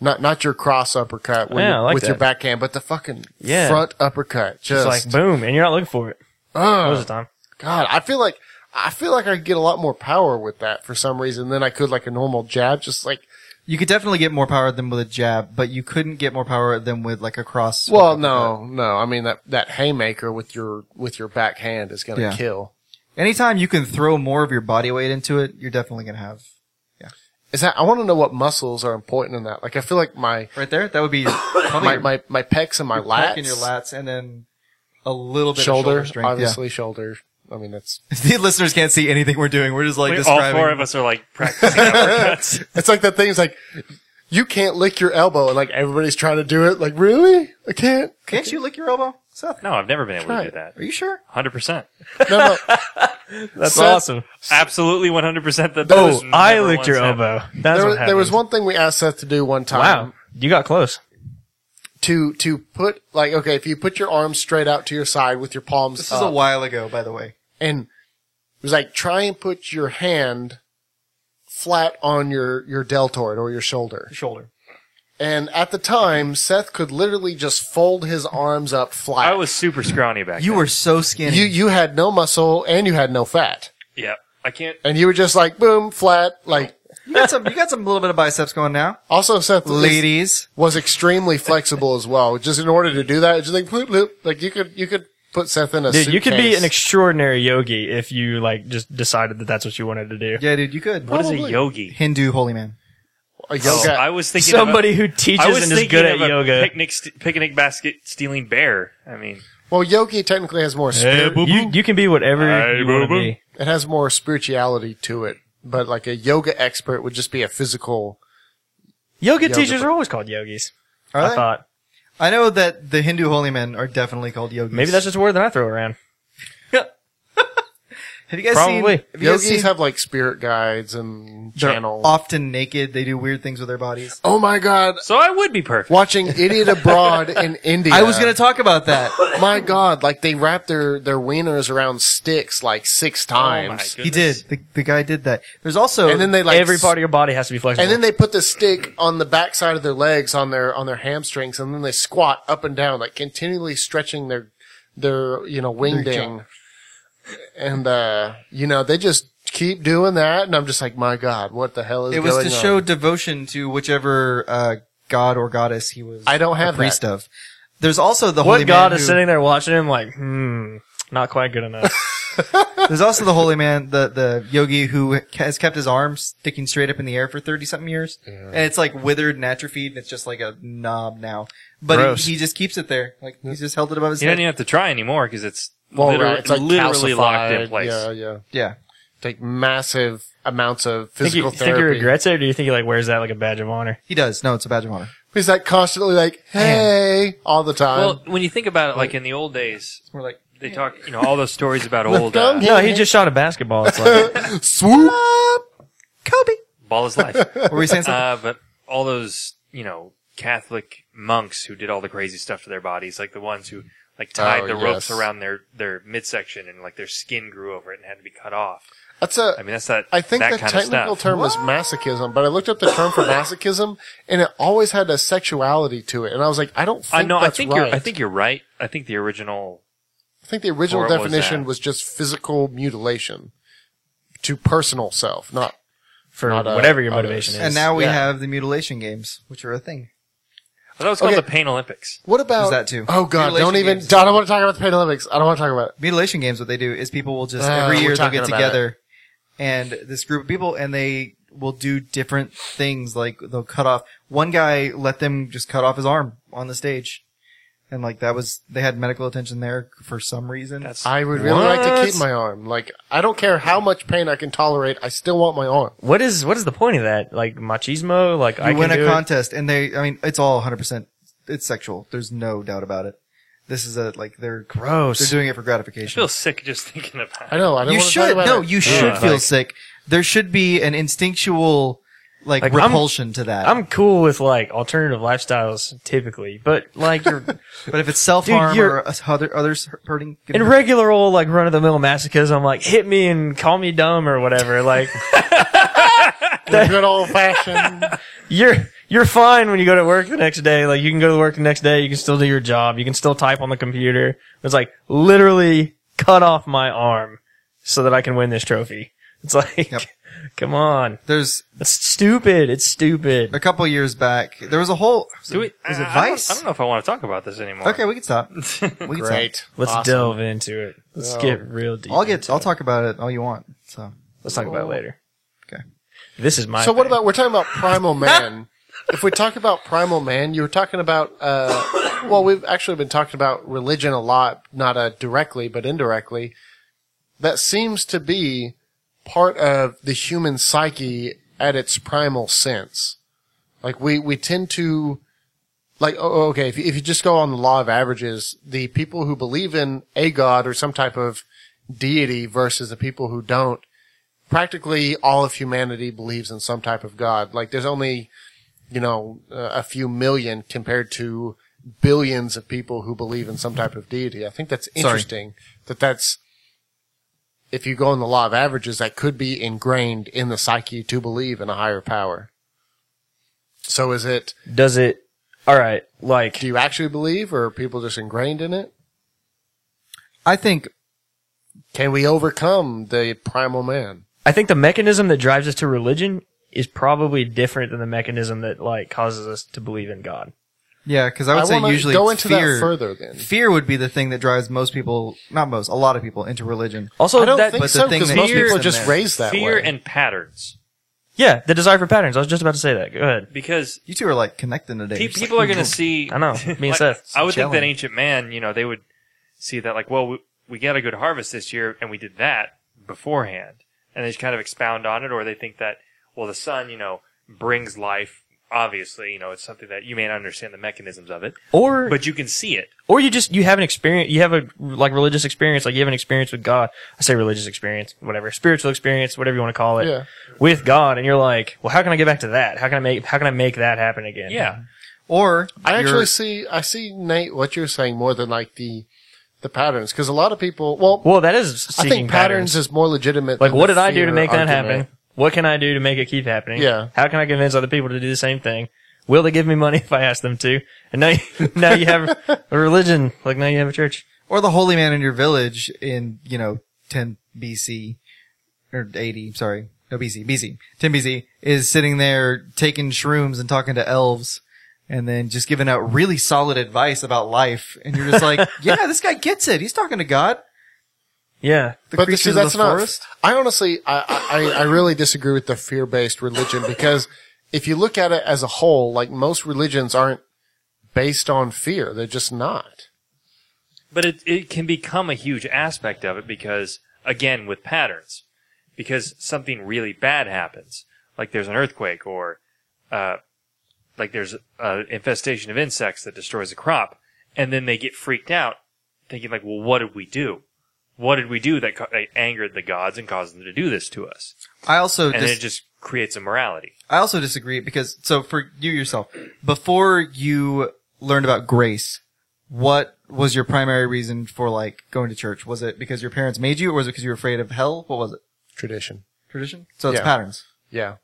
not not your cross uppercut where Yeah, you- I like with your that. backhand, but the fucking Yeah. front uppercut. It's Just like boom, and you're not looking for it ugh. most of the time. God, I feel like I feel like I could get a lot more power with that for some reason than I could like a normal jab. Just like You could definitely get more power than with a jab, but you couldn't get more power than with like a cross. well, no, no. I mean that that haymaker with your with your backhand is gonna Yeah. kill. Anytime you can throw more of your body weight into it, you're definitely gonna have Is that I want to know what muscles are important in that? Like I feel like my right there. That would be probably my your my, my pecs and my lats, pec and your lats, and then a little bit shoulder, of shoulder strength. obviously shoulder. I mean that's Yeah. the listeners can't see anything we're doing. We're just like We- all describing. four of us are like practicing uppercuts. it's like that thing's like you can't lick your elbow and like everybody's trying to do it. Like really, I can't. Can't you lick your elbow, Seth? No, I've never been able to do that. Are you sure? 100%. No, no. That's Seth- awesome. Absolutely 100% that that Oh, has I never licked once your happened. elbow. That's there, what happened. there was one thing we asked Seth to do one time. Wow, you got close. to to put like okay, if you put your arms straight out to your side with your palms This is up, a while ago, by the way. and it was like try and put your hand flat on your your deltoid or your shoulder. Shoulder. And at the time, Seth could literally just fold his arms up flat. I was super scrawny back You then. were so skinny. you you had no muscle and you had no fat, Yeah. I can't. and you were just like boom flat. Like You got some. You got some little bit of biceps going now, also Seth is- ladies. was extremely flexible as well. Just in order to do that, it's just like bloop, bloop. like you could you could put Seth in a Dude, you could be suitcase. an extraordinary yogi if you like just decided that that's what you wanted to do. Yeah, dude, you could. What is Probably. a yogi? Hindu holy man? a yoga. Oh, I was thinking of a- Somebody who teaches I was and is thinking good at of a yoga. Picnic, st- picnic basket stealing bear. I mean, well, yogi technically has more spirit. you you can be whatever Hey, you want to boo-boo. be. it has more spirituality to it. But like a yoga expert would just be a physical. Yoga, Yoga. teachers are always called yogis. Are I they? thought I know that the Hindu holy men are definitely called yogis. maybe that's just a word that I throw around. Have you guys Probably. seen? Have you guys Yogis seen have like spirit guides and they're channels. often naked. They do weird things with their bodies. oh my god! so I would be perfect. Watching Idiot Abroad in India. I was gonna talk about that. my god! Like they wrap their their wieners around sticks like six Oh my times, he did. goodness. The, the guy did that. There's also and then they like Every s- part of your body has to be flexible. And then they put the stick on the backside of their legs on their on their hamstrings, and then they squat up and down, like continually stretching their their you know wing ding. And uh, you know they just keep doing that, and I'm just like, my God, what the hell is it was going to on? show devotion to whichever uh, god or goddess he was. I don't a have that. priest of. There's also the holy What god man is who- sitting there watching him like, hmm, not quite good enough. There's also the holy man, the the yogi who has kept his arm sticking straight up in the air for thirty something years, and it's like withered and atrophied, and it's just like a knob now. But Gross. he, he just keps it there, like he's just held it above his You head. don't even have to try anymore because it's, Well, literally, right, it's like literally locked in calcified. place. Yeah, yeah. yeah, Take massive amounts of think, you, physical think therapy. he regrets it, or do you think he like wears that like a badge of honor? he does. No, it's a badge of honor. He's like constantly like, hey, all the time. Well, when you think about it, like in the old days, We're like, they talk, you know, all those stories about old gun uh, game. No, he just shot a basketball. It's like Swoop. Kobe. ball is life. Were we saying something? Uh, but all those, you know, Catholic monks who did all the crazy stuff to their bodies, like the ones who like tied Oh, the ropes yes. around their their midsection and like their skin grew over it and had to be cut off. That's a. I mean, that's that. I think that the kind technical of stuff. term is masochism, but I looked up the term for masochism, and it always had a sexuality to it, and I was like, I don't think I know. Uh, I that's think right. you're. I think you're right. I think the original. I think the original Or what was definition that? was, just physical mutilation to personal self, not for Not, uh, whatever your others. motivation is. And now we yeah. have the mutilation games, which are a thing. I thought it was called Okay. the Pain Olympics. What about that too. Oh god, Mutilation don't even. games. I don't want to talk about the pain Olympics. I don't want to talk about it. Mutilation games. What they do is people will just Ah, every we're year they'll talking get about together, and this group of people, and they will do different things. Like they'll cut off one guy, let them just cut off his arm on the stage, and like that was they had medical attention there for some reason. That's I would really like to What? keep my arm. Like I don't care how much pain I can tolerate. I still want my arm. what is what is the point of that? Like machismo? Like I you win can a do it? contest, and they. I mean, it's all 100. percent It's sexual. There's no doubt about it. This is a like they're Gross. they're doing it for I gratification. feel sick just thinking about. I it. know. I don't you want to talk should about no, it. you should Yeah. feel Like- sick. There should be an instinctual like, Like, I'm- repulsion to that. I'm cool with like alternative lifestyles typically, but like your But if it's self harm Dude, you're- or us- other others hurting, in regular old like run of the mill masochism, I'm like hit me and call me dumb or whatever. Like good old fashioned. you're you're fine when you go to work the next day. Like you can go to work the next day, you can still do your job, you can still type on the computer. It's like literally cut off my arm so that I can win this trophy. It's like Yep. come on. there's That's stupid. It's stupid. a couple years back there was a whole. Do we, was I- it I don't- Vice? I don't, know if I want to talk about this anymore. Okay, we can stop. We can Great. Let's Awesome. delve into it. Let's get real deep. Stop. Oh. I'll get. into I'll it. talk about it all you want. So Let's talk about it later. Okay. This is my. So what thing. about we're talking about primal man? if we talk about primal man, you were talking about uh, well, we've actually been talking about religion a lot, not uh, directly but indirectly. That seems to be part of the human psyche at its primal sense. Like we we tend to like oh oh, okay if you, if you just go on the law of averages, the people who believe in a god or some type of deity versus the people who don't practically all of humanity believes in some type of god. Like there's only, you know, uh, a few million compared to billions of people who believe in some type of deity. I think that's interesting that that's if you go in the law of averages, that could be ingrained in the psyche to believe in a higher power. So is it, does it? All right, like do you actually believe or are people just ingrained in it? I think Can we overcome the primal man? I think the mechanism that drives us to religion is probably different than the mechanism that like causes us to believe in God. yeah, because I would I say wanna usually go it's into that fear. further then. Fear would be the thing that drives most people, not most, a lot of people into religion. Also, I don't that think but the so thing because that most keeps people are them just there- raised that Fear way. and patterns, yeah, the desire for patterns. I was just about to say that. Go ahead. because You two are like connecting today. Pe- You're just people are like, going to see. I know. Me and like, Seth. I would think that Chilling. ancient man, you know, they would see that like, well, we, we got a good harvest this year, and we did that beforehand, and they just kind of expound on it, or they think that well, the sun, you know, brings life. Obviously, you know, it's something that you may not understand the mechanisms of it, Or but you can see it. or you just you have an experience. You have a like religious experience. Like you have an experience with God. I say religious experience, whatever, spiritual experience, whatever you want to call it, Yeah. with God. And you're like, well, how can I get back to that? How can I make how can I make that happen again? Yeah, Or I you're- actually see I see Nate what you're saying more than like the the patterns because a lot of people well, Well, that is I seeking think patterns, is more legitimate. Like, than what the did I do to fear make that happen? argument. What can I do to make it keep happening? Yeah. How can I convince other people to do the same thing? Will they give me money if I ask them to? And now, you, now you have a religion. Like now you have a church. or the holy man in your village in you know 10 BC or 80 sorry no BC BC 10 BC is sitting there taking shrooms and talking to elves and then just giving out really solid advice about life. And you're just like, yeah, this guy gets it. He's talking to God. Yeah. The but creatures see, of the that's not. forest. I honestly, I, I, I really disagree with the fear-based religion because if you look at it as a whole, like most religions aren't based on fear; they're just not. But it, it can become a huge aspect of it because, again, with patterns, because something really bad happens, like there's an earthquake or, uh, like there's an infestation of insects that destroys a crop, and then they get freaked out, thinking like, well, what did we do? What did we do that ca- that angered the gods and caused them to do this to us? I also And dis- it just creates a morality. I also disagree because so for you yourself, before you learned about grace, what was your primary reason for like going to church? Was it because your parents made you, or was it because you were afraid of hell? What was it? Tradition. Tradition. So it's Yeah. patterns. Yeah.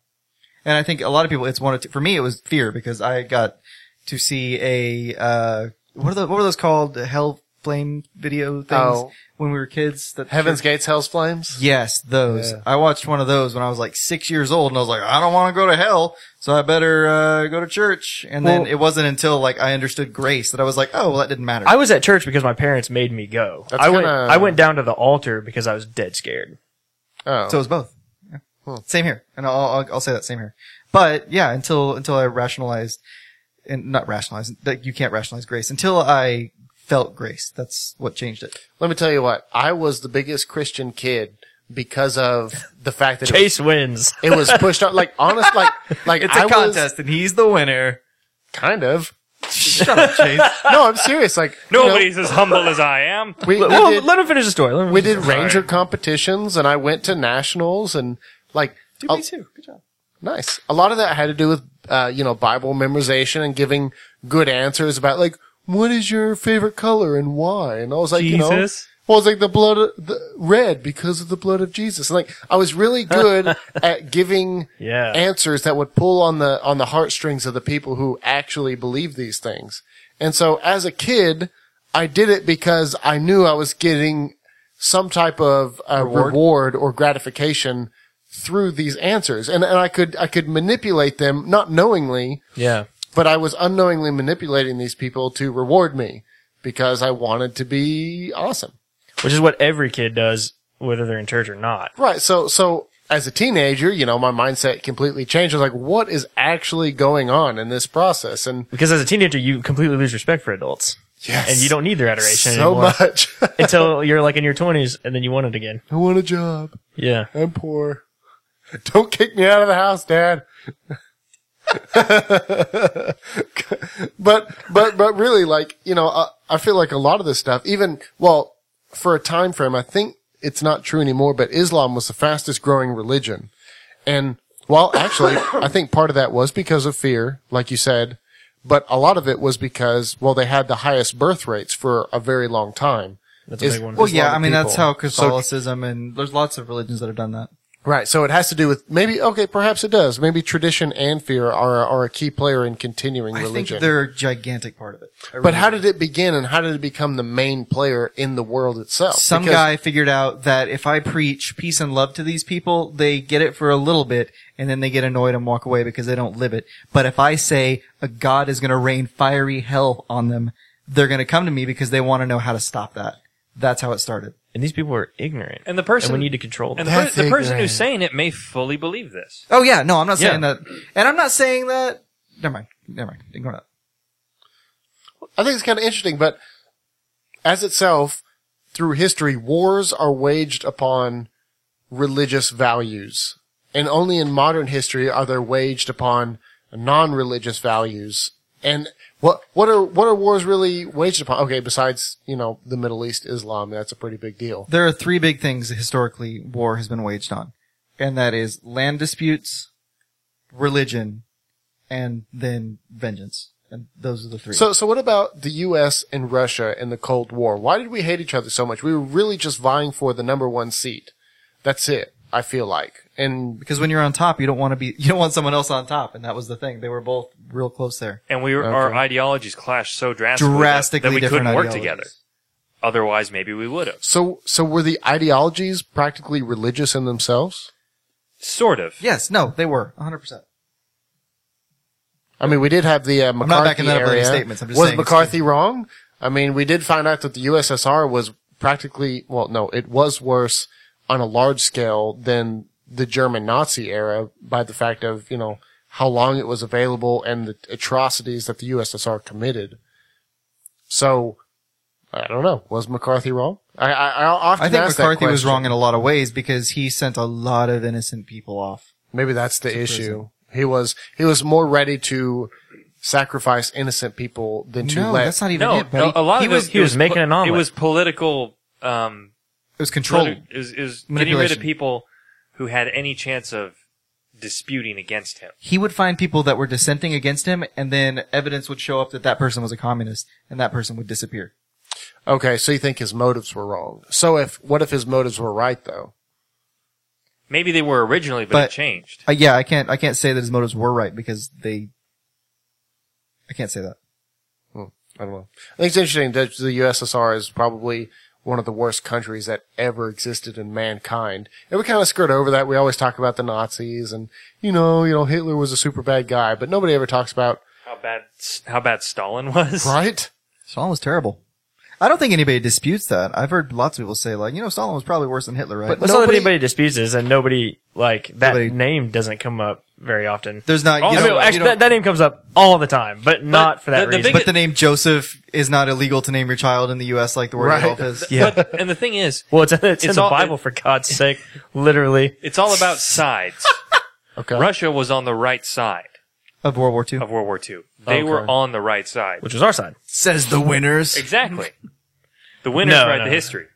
And I think a lot of people, it's one of two. For me, it was fear because I got to see a, uh, what are the, what were those called? Hell flame video things Oh. when we were kids that Heaven's Gates, Hell's Flames. Yes, those. Yeah. I watched one of those when I was like six years old and I was like, I don't want to go to hell, so I better, uh, go to church. And then Well- it wasn't until like I understood grace that I was like, oh, well, that didn't matter. I was at church because my parents made me go. That's I went kinda- I went down to the altar because I was dead scared. Oh, so it was both. Yeah. Same here. And I'll, I'll, I'll say that same here. But yeah, until, until I rationalized and not rationalized that you can't rationalize grace until I felt grace. That's what changed it. let me tell you what. I was the biggest Christian kid because of the fact that it was, Chase wins. it was pushed on. Like honest, like like It's I a was- contest and he's the winner. kind of. Shut up, Chase. No, I'm serious. Like you know, Nobody's as humble as I am. we, we Well, did- let him finish the story. Let him we finish did the story. ranger competitions and I went to nationals and like a- Me too. Good job. nice. A lot of that had to do with uh, you know Bible memorization and giving good answers about like what is your favorite color and why. And I was like, you know, Jesus. well, it's like the blood of the red because of the blood of Jesus. And like I was really good at giving Yeah. answers that would pull on the on the heartstrings of the people who actually believe these things. And so as a kid, I did it because I knew I was getting some type of uh, reward. or gratification through these answers. And and I could I could manipulate them not knowingly, Yeah. but I was unknowingly manipulating these people to reward me because I wanted to be awesome. Which is what every kid does, whether they're in church or not. Right. So, so as a teenager, you know, my mindset completely changed. I was like, what is actually going on in this process? And Because as a teenager, you completely lose respect for adults. Yes. And you don't need their adoration so anymore much. I until you're like in your 20s and then you want it again. want a job. Yeah. I'm poor. Don't kick me out of the house, dad. but, but, but really, like, you know, I, I feel like a lot of this stuff, even, well, for a time frame, I think it's not true anymore, but Islam was the fastest growing religion. And well, actually, I think part of that was because of fear, like you said, but a lot of it was because, well, they had the highest birth rates for a very long time. That's a big one. Well, yeah, I mean, that's how Catholicism and there's lots of religions that have done that. Right. So it has to do with maybe, okay, perhaps it does. Maybe tradition and fear are, are a key player in continuing I think religion. they're a gigantic part of it. I but really how do. did it begin and how did it become the main player in the world itself? some Because- guy figured out that if I preach peace and love to these people, they get it for a little bit and then they get annoyed and walk away because they don't live it. But if I say a God is going to rain fiery hell on them, they're going to come to me because they want to know how to stop that. That's how it started. And these people are ignorant. And the person- and we need to control them. And the, per- That's the person ignorant. who's saying it may fully believe this. Oh yeah, no, I'm not saying Yeah. that, and I'm not saying that. Never mind, never mind, ignore that. I think it's kind of interesting, but as itself, through history, wars are waged upon religious values. And only in modern history are they waged upon non-religious values. And what, what are, what are wars really waged upon? Okay, besides, you know, the Middle East, Islam, that's a pretty big deal. There are three big things that historically war has been waged on, and that is land disputes, religion, and then vengeance. And those are the three. So, so what about the U.S. and Russia in the Cold War? Why did we hate each other so much? We were really just vying for the number one seat. That's it. I feel like. And because when you're on top, you don't want to be, you don't want someone else on top, and that was the thing. They were both real close there. And we were, our ideologies clashed so drastically, that- Drastically that we different couldn't work ideologies. together. Otherwise, maybe we would have. so, so were the ideologies practically religious in themselves? Sort of. Yes, no, they were 100. percent I I mean, we did have the uh, McCarthy not backing that up with any area. statements. I'm just was saying it's- McCarthy wrong? I mean, we did find out that the USSR was practically well, no, it was worse on a large scale than the German Nazi era by the fact of you know how long it was available and the atrocities that the USSR committed. So, I don't know. Was McCarthy wrong? I I, I often I think ask that McCarthy was question. wrong in a lot of ways because he sent a lot of innocent people off. Maybe that's the issue. He was he was more ready to sacrifice innocent people than to No, let that's not even No, it, buddy. no, a lot he of was, it, he it was making an omelet. It was political. Um, it was control. politi- it was, it was getting rid of Manipulation. people who had any chance of disputing against him. He would find people that were dissenting against him, and then evidence would show up that that person was a communist, and that person would disappear. Okay, so you think his motives were wrong. So if what if his motives were right though? Maybe they were originally, but, But- it changed. Uh, yeah, I can't. I can't say that his motives were right because they. I can't say that. I don't know. I think it's interesting that the USSR is probably one of the worst countries that ever existed in mankind. And we kind of skirt over that. We always talk about the Nazis and you know, you know, Hitler was a super bad guy, but nobody ever talks about How bad? How bad Stalin was. right? Stalin was terrible. I don't think anybody disputes that. I've heard lots of people say like, you know, Stalin was probably worse than Hitler, right? But that's not that Nobody- anybody disputes this, and nobody like that Nobody- name doesn't come up very often. There's not. I you mean, know, actually, that, that name comes up all the time, but not for that the- the reason. big- but the name Joseph is not illegal to name your child in the U.S. like the word Right. Adolf is. yeah. But, and the thing is, well, it's, it's, in It's the all- Bible it- for God's sake, literally. it's all about sides. Okay. Russia was on the right side Of World War II. of World War II. They were Okay. on the right side. Which was our side. Says the winners. Exactly. The winners No, write no, the no. history.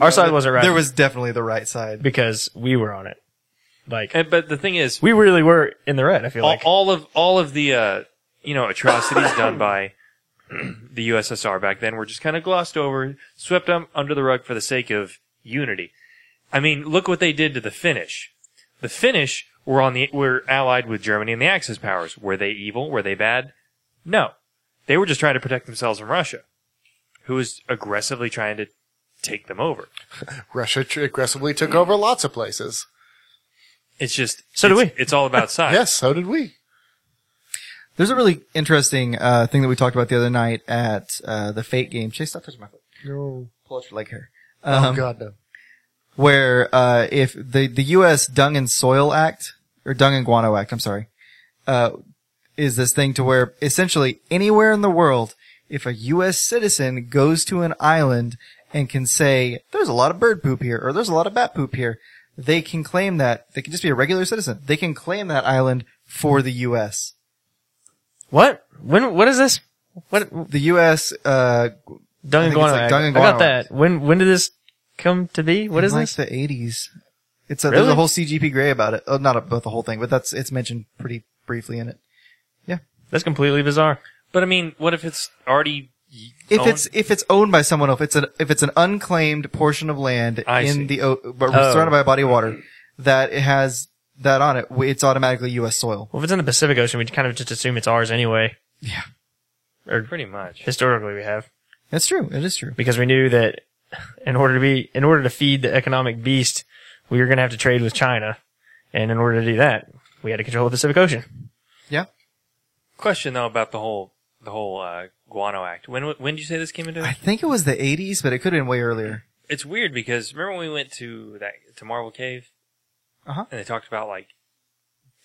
Our side wasn't right There was definitely the right side. because we were on it. Like And, but the thing is, we really were in the red. I feel all, like all of all of the uh, you know atrocities done by the USSR back then were just kind of glossed over, swept um, under the rug for the sake of unity. I mean, look what they did to the Finnish. The Finnish were on the were allied with Germany and the Axis powers. Were they evil? Were they bad? No, they were just trying to protect themselves from Russia, who was aggressively trying to take them over. Russia tr- aggressively took over lots of places. It's just So do it's- we. It's all about size. Yes, so did we. There's a really interesting uh, thing that we talked about the other night at uh, the Fate game. Chase, stop touching my foot. No. Pull out your leg hair. Oh Um, god no. where uh, if the the U.S. Dung and Soil Act or Dung and Guano Act, I'm sorry, uh, is this thing to where essentially anywhere in the world, if a U.S. citizen goes to an island and can say there's a lot of bird poop here or there's a lot of bat poop here, they can claim that they can just be a regular citizen. They can claim that island for the U.S. what? When? What is this? What? The U.S. Uh, Dung I think and it's guano. like act. dung and I guano got that. When? When did this come to be? What is in, like this? The 80s. It's a, there's Really? a whole CGP Grey about it. Oh, not about the whole thing, but that's it's mentioned pretty briefly in it. That's completely bizarre. But I mean, what if it's already If owned? it's if it's owned by someone, if it's an if it's an unclaimed portion of land I in see. the o- but Oh. surrounded by a body of water that it has that on it, w- it's automatically U.S. soil. Well, if it's in the Pacific Ocean, we kind of just assume it's ours anyway. Yeah, Or pretty much? historically, we have that's true. It is true. because we knew that in order to be in order to feed the economic beast, we were going to have to trade with China, and in order to do that, we had to control the Pacific Ocean. Yeah, Question though about the whole the whole uh, guano act. When when did you say this came into? I think it was the 80s, but it could have been way earlier. it's weird because remember when we went to that to Marvel Cave Uh-huh. and they talked about like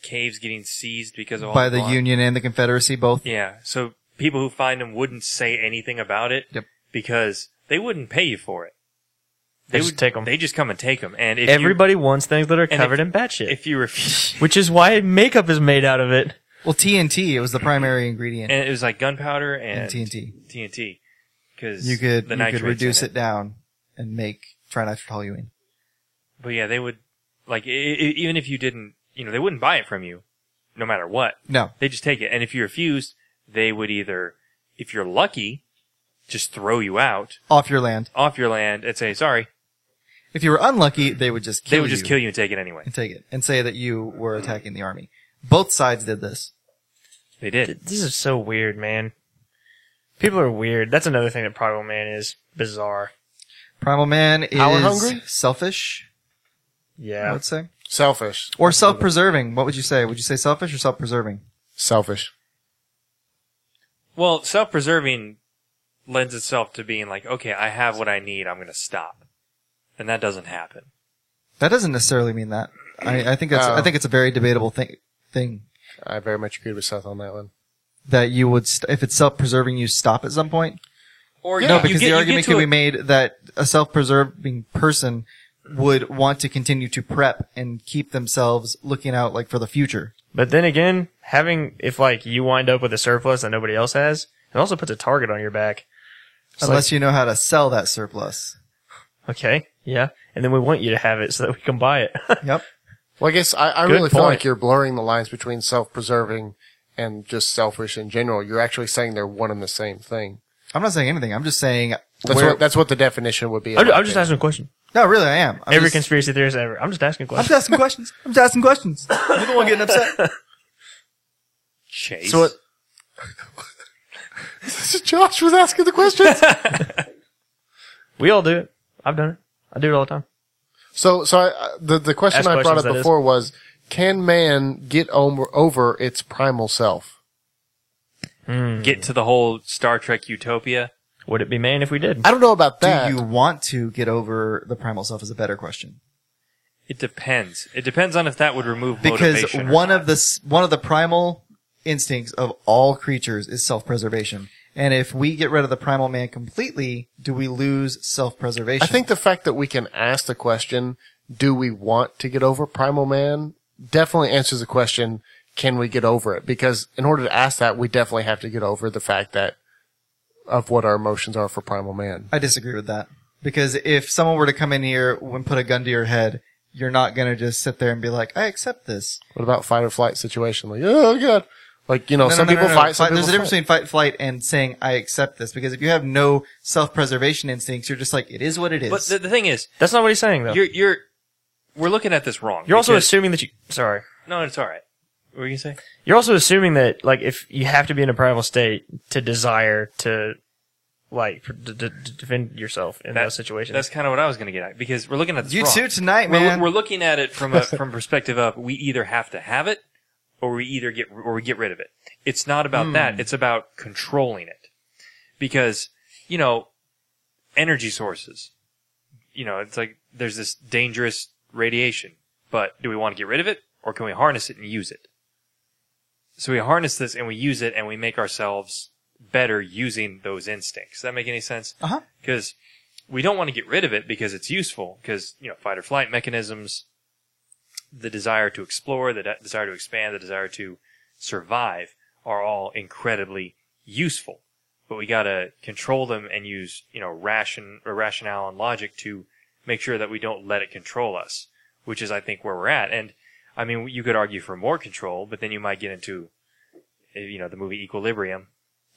caves getting seized because of all By the guano? Union and the Confederacy, both. Yeah, so people who find them wouldn't say anything about it Yep. because they wouldn't pay you for it. They just take 'em. They just come and take them. And if Everybody wants things that are if- covered in bat you, shit, if you refuse, which is why makeup is made out of it. Well, TNT it was the primary ingredient and it was like gunpowder in and TNT. TNT. Because You could the you could nitrates in reduce it. it down and make trinitrotoluene. But yeah, they would like i i even if you didn't, you know, they wouldn't buy it from you, no matter what. No, They just take it, and if you refused, they would either, if you're lucky, just throw you out off your land. off your land and say sorry. If you were unlucky, they would just kill They would you just kill you and take it anyway. and take it and say that you were attacking the army. Both sides did this. They did. This is so weird, man. People are weird. That's another thing that Primal Man is bizarre. Primal man is Power hungry? selfish. I Yeah, would say, Selfish. or self-preserving. What would you say? Would you say selfish or self-preserving? Selfish. Well, self-preserving lends itself to being like, okay, I have what I need. I'm going to stop. And that doesn't happen. That doesn't necessarily mean that. I, I think that's Oh. I think it's a very debatable thing thing I very much agree with Seth on that one. that you would st- if it's self-preserving you stop at some point. Or No, you because get- you the get argument to can a- be made that a self-preserving person would want to continue to prep and keep themselves looking out like for the future. But then again, having if like you wind up with a surplus that nobody else has, it also puts a target on your back. It's like, Unless you know how to sell that surplus. okay, yeah, and then we want you to have it so that we can buy it. Yep. Well, I guess I, I Good really feel point. like you're blurring the lines between self-preserving and just selfish in general. You're actually saying they're one and the same thing. I'm not saying anything. I'm just saying That's where- what that's what the definition would be. in I'm, ju- my I'm just opinion. asking a question. No, really I am. I'm Every just, conspiracy theorist ever. I'm just asking a I'm question. just asking questions. I'm just asking questions. You're the one getting upset. Chase. So what? Josh was asking the questions. we all do it. I've done it. I do it all the time. so, so I, I- the the question Ask I brought up questions, that is. before was: Can man get over, over its primal self? get to the whole Star Trek utopia. Would it be man if we did? I don't know about that. Do you want to get over the primal self is a better question. It depends. It depends on if that would remove because motivation or one not. of the s- one of the primal instincts of all creatures is self-preservation. And if we get rid of the primal man completely, do we lose self-preservation? I think the fact that we can ask the question, do we want to get over Primal Man? Definitely answers the question, can we get over it? Because in order to ask that, we definitely have to get over the fact that of what our emotions are for Primal Man. I disagree with that because if someone were to come in here and put a gun to your head, you're not gonna just sit there and be like, "I accept this." What about fight or flight situation? Like, oh god. Like, you know, No, some no, no, people no, no. fight, some Fight- people There's a difference fight. between fight, flight, and saying "I accept this." Because if you have no self-preservation instincts, you're just like, "It is what it is." But the, the thing is, That's not what he's saying though. You're, you're you're we're looking at this wrong. also because- assuming that you. Sorry. no, it's all right. What were you gonna say? You're also assuming that like if you have to be in a primal state to desire to like pr- d- d- d- defend yourself in those situations. That's kind of what I was gonna get at because we're looking at this. you wrong. too tonight, We're, man. we're looking at it from a from perspective of we either have to have it or we either get or we get rid of it. It's not about Hmm. that. It's about controlling it because you know energy sources. You know, it's like there's this dangerous radiation, but do we want to get rid of it or can we harness it and use it? So we harness this and we use it and we make ourselves better using those instincts. Does that make any sense? Uh-huh. Because we don't want to get rid of it because it's useful because you know fight or flight mechanisms the desire to explore the de- desire to expand the desire to survive are all incredibly useful but we got to control them and use you know ration or rationale and logic to make sure that we don't let it control us which is i think where we're at and i mean you could argue for more control but then you might get into eh, you know the movie equilibrium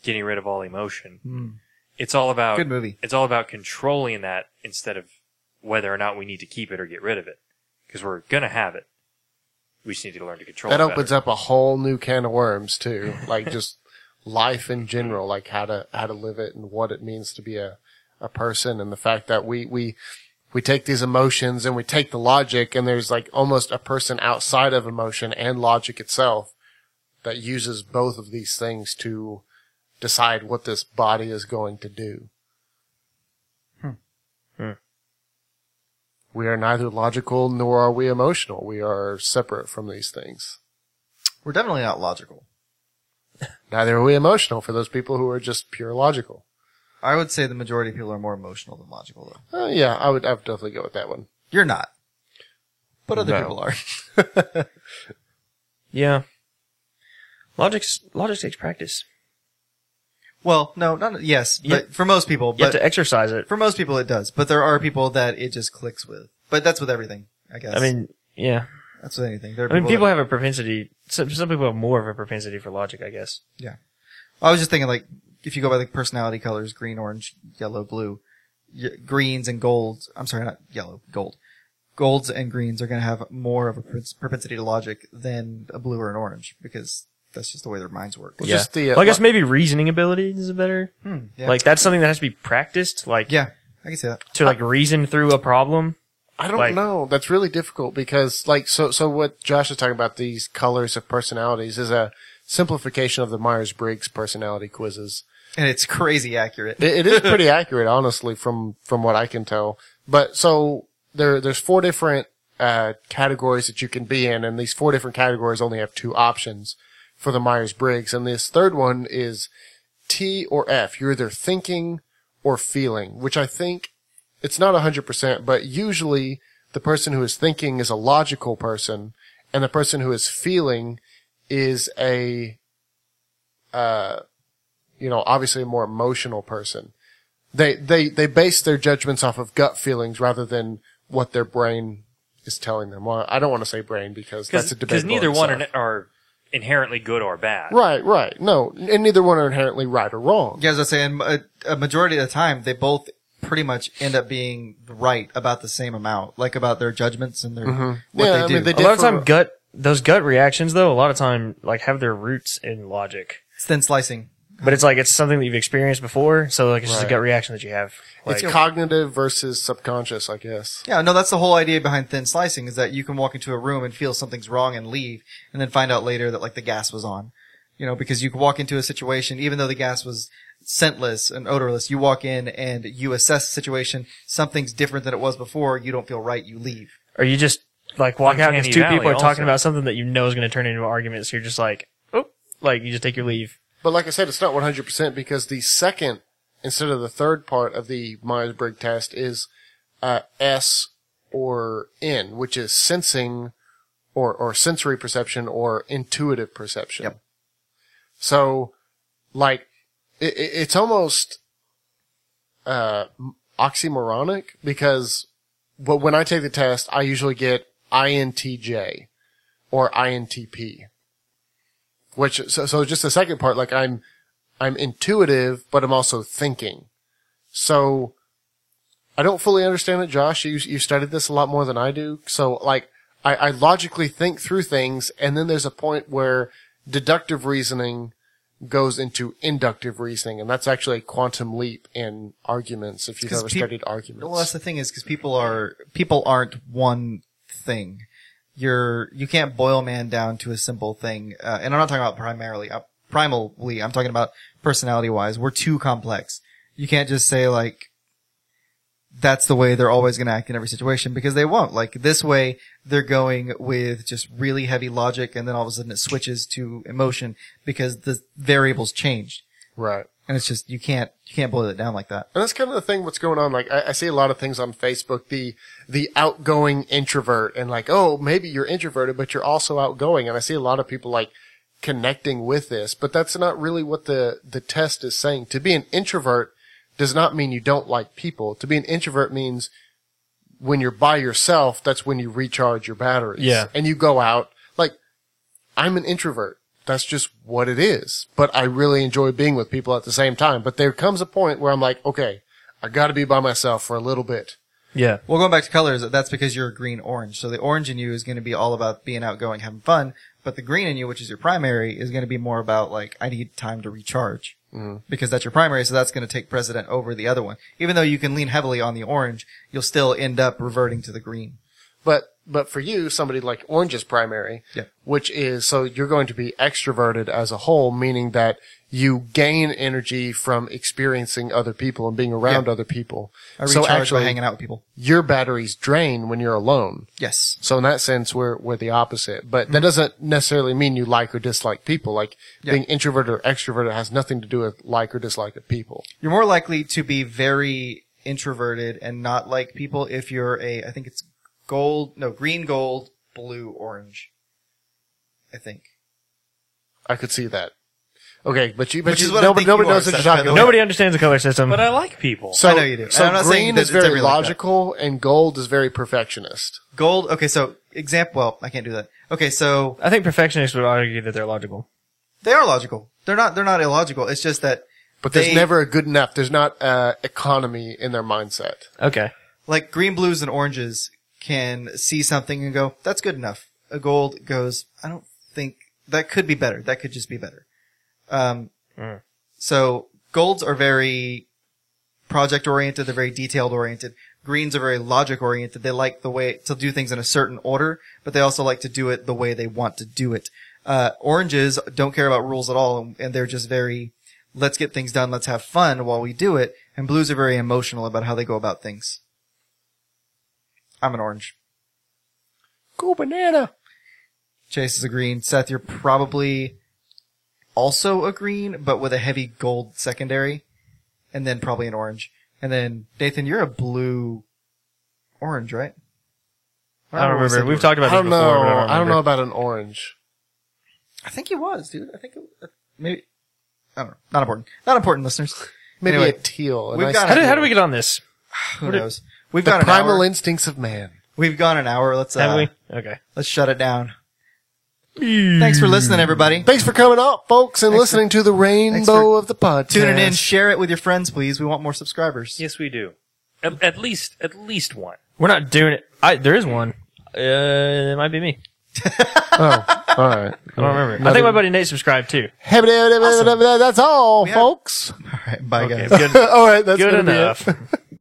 getting rid of all emotion it's all about Good movie. it's all about controlling that instead of whether or not we need to keep it or get rid of it because we're gonna have it. We just need to learn to control. That it better. opens up a whole new can of worms too. Like just life in general, like how to how to live it and what it means to be a, a person and the fact that we, we we take these emotions and we take the logic and there's like almost a person outside of emotion and logic itself that uses both of these things to decide what this body is going to do. Hmm. We are neither logical nor are we emotional. We are separate from these things. we're definitely not logical. Neither are we emotional for those people who are just pure logical. I would say the majority of people are more emotional than logical, though. Uh, yeah, I would, I would definitely go with that one. You're not. But other No. people are. yeah. Logic's logic takes practice. Well, no, not yes, You- but for most people, You have but to exercise it. for most people it does. But there are people that it just clicks with. But that's with everything, I guess. I mean, yeah. that's with anything. There are I mean, people that- have a propensity. Some, some people have more of a propensity for logic, I guess. I was just thinking, like, if you go by like personality colors, green, orange, yellow, blue, y- greens and golds. I'm sorry, not yellow, gold. Golds and greens are going to have more of a pr- propensity to logic than a blue or an orange because that's just the way their minds work. Well, Just the, uh, Well, I guess maybe reasoning ability is better. Hmm, yeah. Like that's something that has to be practiced. Like Yeah, I can see that. to like reason through a problem. I don't like- know. That's really difficult because, like, so, so what Josh is talking about, these colors of personalities is a simplification of the Myers Briggs personality quizzes. and it's crazy accurate. It, it is pretty accurate, honestly, from from what I can tell. But so there there's four different uh, categories that you can be in, and these four different categories only have two options for the Myers Briggs, and this third one is T or F. You're either thinking or feeling, which I think it's not 100%, but usually the person who is thinking is a logical person, and the person who is feeling is a uh, you know, obviously a more emotional person. They, they, they base their judgments off of gut feelings rather than what their brain is telling them. Well, I don't want to say brain because that's a debate. because neither one are, are inherently good or bad. Right, right. No, and neither one are inherently right or wrong. Yeah, as I was saying, a, a majority of the time, they both pretty much end up being right about the same amount, like about their judgments and their what Mm-hmm. Yeah, they I do. mean, they A lot of differ- time, gut those gut reactions though, a lot of time like have their roots in logic. It's thin slicing. But it's like it's something that you've experienced before, so like it's just Right. a gut reaction that you have. Like, It's cognitive versus subconscious, I guess. Yeah, no, that's the whole idea behind thin slicing is that you can walk into a room and feel something's wrong and leave, and then find out later that like the gas was on. You know, because you can walk into a situation, even though the gas was scentless and odorless, you walk in and you assess the situation. Something's different than it was before. You don't feel right. You leave. or you just like walk out and Uncanny these two Valley people are also. talking about something that you know is going to turn into an argument, so you're just like, oh, like you just take your leave. But like I said, it's not 100% because the second, instead of the third part of the Myers-Briggs test is, uh, S or N, which is sensing or, or sensory perception or intuitive perception. Yep. So, like, it, it- it's almost, uh, m- oxymoronic because but when I take the test, I usually get INTJ or INTP. Which so so just the second part, like I'm I'm intuitive, but I'm also thinking. So I don't fully understand it, Josh. You you studied this a lot more than I do. So like I, I logically think through things, and then there's a point where deductive reasoning goes into inductive reasoning, and that's actually a quantum leap in arguments. If you've 'Cause ever peop- studied arguments, Well, that's the thing is because people are people aren't one thing. You're you can't boil man down to a simple thing. Uh, and I'm not talking about primarily uh, primally. I'm talking about personality wise. We're too complex. You can't just say like that's the way they're always going to act in every situation because they won't. Like this way, they're going with just really heavy logic, and then all of a sudden it switches to emotion because the variables changed. right. And it's just you can't you can't boil it down like that. And that's kind of the thing what's going on. Like I, I see a lot of things on Facebook, the the outgoing introvert and like, oh, maybe you're introverted, but you're also outgoing. And I see a lot of people like connecting with this, but that's not really what the, the test is saying. To be an introvert does not mean you don't like people. To be an introvert means when you're by yourself, that's when you recharge your batteries. Yeah. And you go out. Like, I'm an introvert. That's just what it is. But I really enjoy being with people at the same time. But there comes a point where I'm like, okay, I gotta be by myself for a little bit. Yeah, Well, going back to colors, that's because you're a green orange. So the orange in you is going to be all about being outgoing, having fun. But the green in you, which is your primary, is going to be more about like, I need time to recharge Mm-hmm. because that's your primary. So that's going to take precedent over the other one. Even though you can lean heavily on the orange, you'll still end up reverting to the green. But, but for you, somebody like orange is primary, Yeah. which is, so you're going to be extroverted as a whole, meaning that you gain energy from experiencing other people and being around Yeah. other people. I recharge so by actually, hanging out with people. your batteries drain when you're alone. Yes. So in that sense, we're we're the opposite. But that doesn't necessarily mean you like or dislike people. Like Hmm. Yeah. being introverted or extroverted has nothing to do with like or dislike of people. You're more likely to be very introverted and not like people if you're a, I think it's gold, no, green, gold, blue, orange. I think. I could see that. Okay, but you but Which you, is what I nobody think you nobody are, knows what you're Seth, talking by the about. way. nobody understands the color system. But I like people. So I know you do. So And I'm not saying green that is it's very every like that. logical, and gold is very perfectionist. Gold. Okay, so example. Well, I can't do that. Okay, so I think perfectionists would argue that they're logical. they are logical. They're not. They're not illogical. It's just that But there's They- never a good enough. There's not uh, economy in their mindset. Okay, like green, blues, and oranges can see something and go, "That's good enough." A gold goes, "I don't think that could be better. That could just be better." Um, so golds are very project oriented. They're very detailed oriented. Greens are very logic oriented. They like the way to do things in a certain order, but they also like to do it the way they want to do it. Uh, oranges don't care about rules at all, and- and they're just very, let's get things done, let's have fun while we do it. And blues are very emotional about how they go about things. I'm an orange. Go banana. Chase is a green. Seth, you're probably also a green, but with a heavy gold secondary, and then probably an orange. And then Nathan, you're a blue, orange, right? I what don't we remember. said We've you talked about I don't this before. know. but I don't, remember. know about an orange. were. I think he was, dude. I think it, uh, maybe. I don't know. Not important. Not important, listeners. Maybe Anyway, a teal. A we've nice got How did, how did we get on this? Who knows? We've the got an primal hour. instincts of man. We've gone an hour. Let's uh, Have we? Okay. let's shut it down. Thanks for listening, everybody. Thanks for coming out, folks, and Thanks for- listening to the rainbow of the podcast. Tuning in, share it with your friends, please. We want more subscribers. Yes, we do. At, at least, at least one. We're not doing it. I there is one. Uh, it might be me. Oh, all right. I don't remember. I think my buddy Nate subscribed too. That's all, Awesome. folks. All right, bye Okay, guys. good, all right, that's good gonna be it. enough.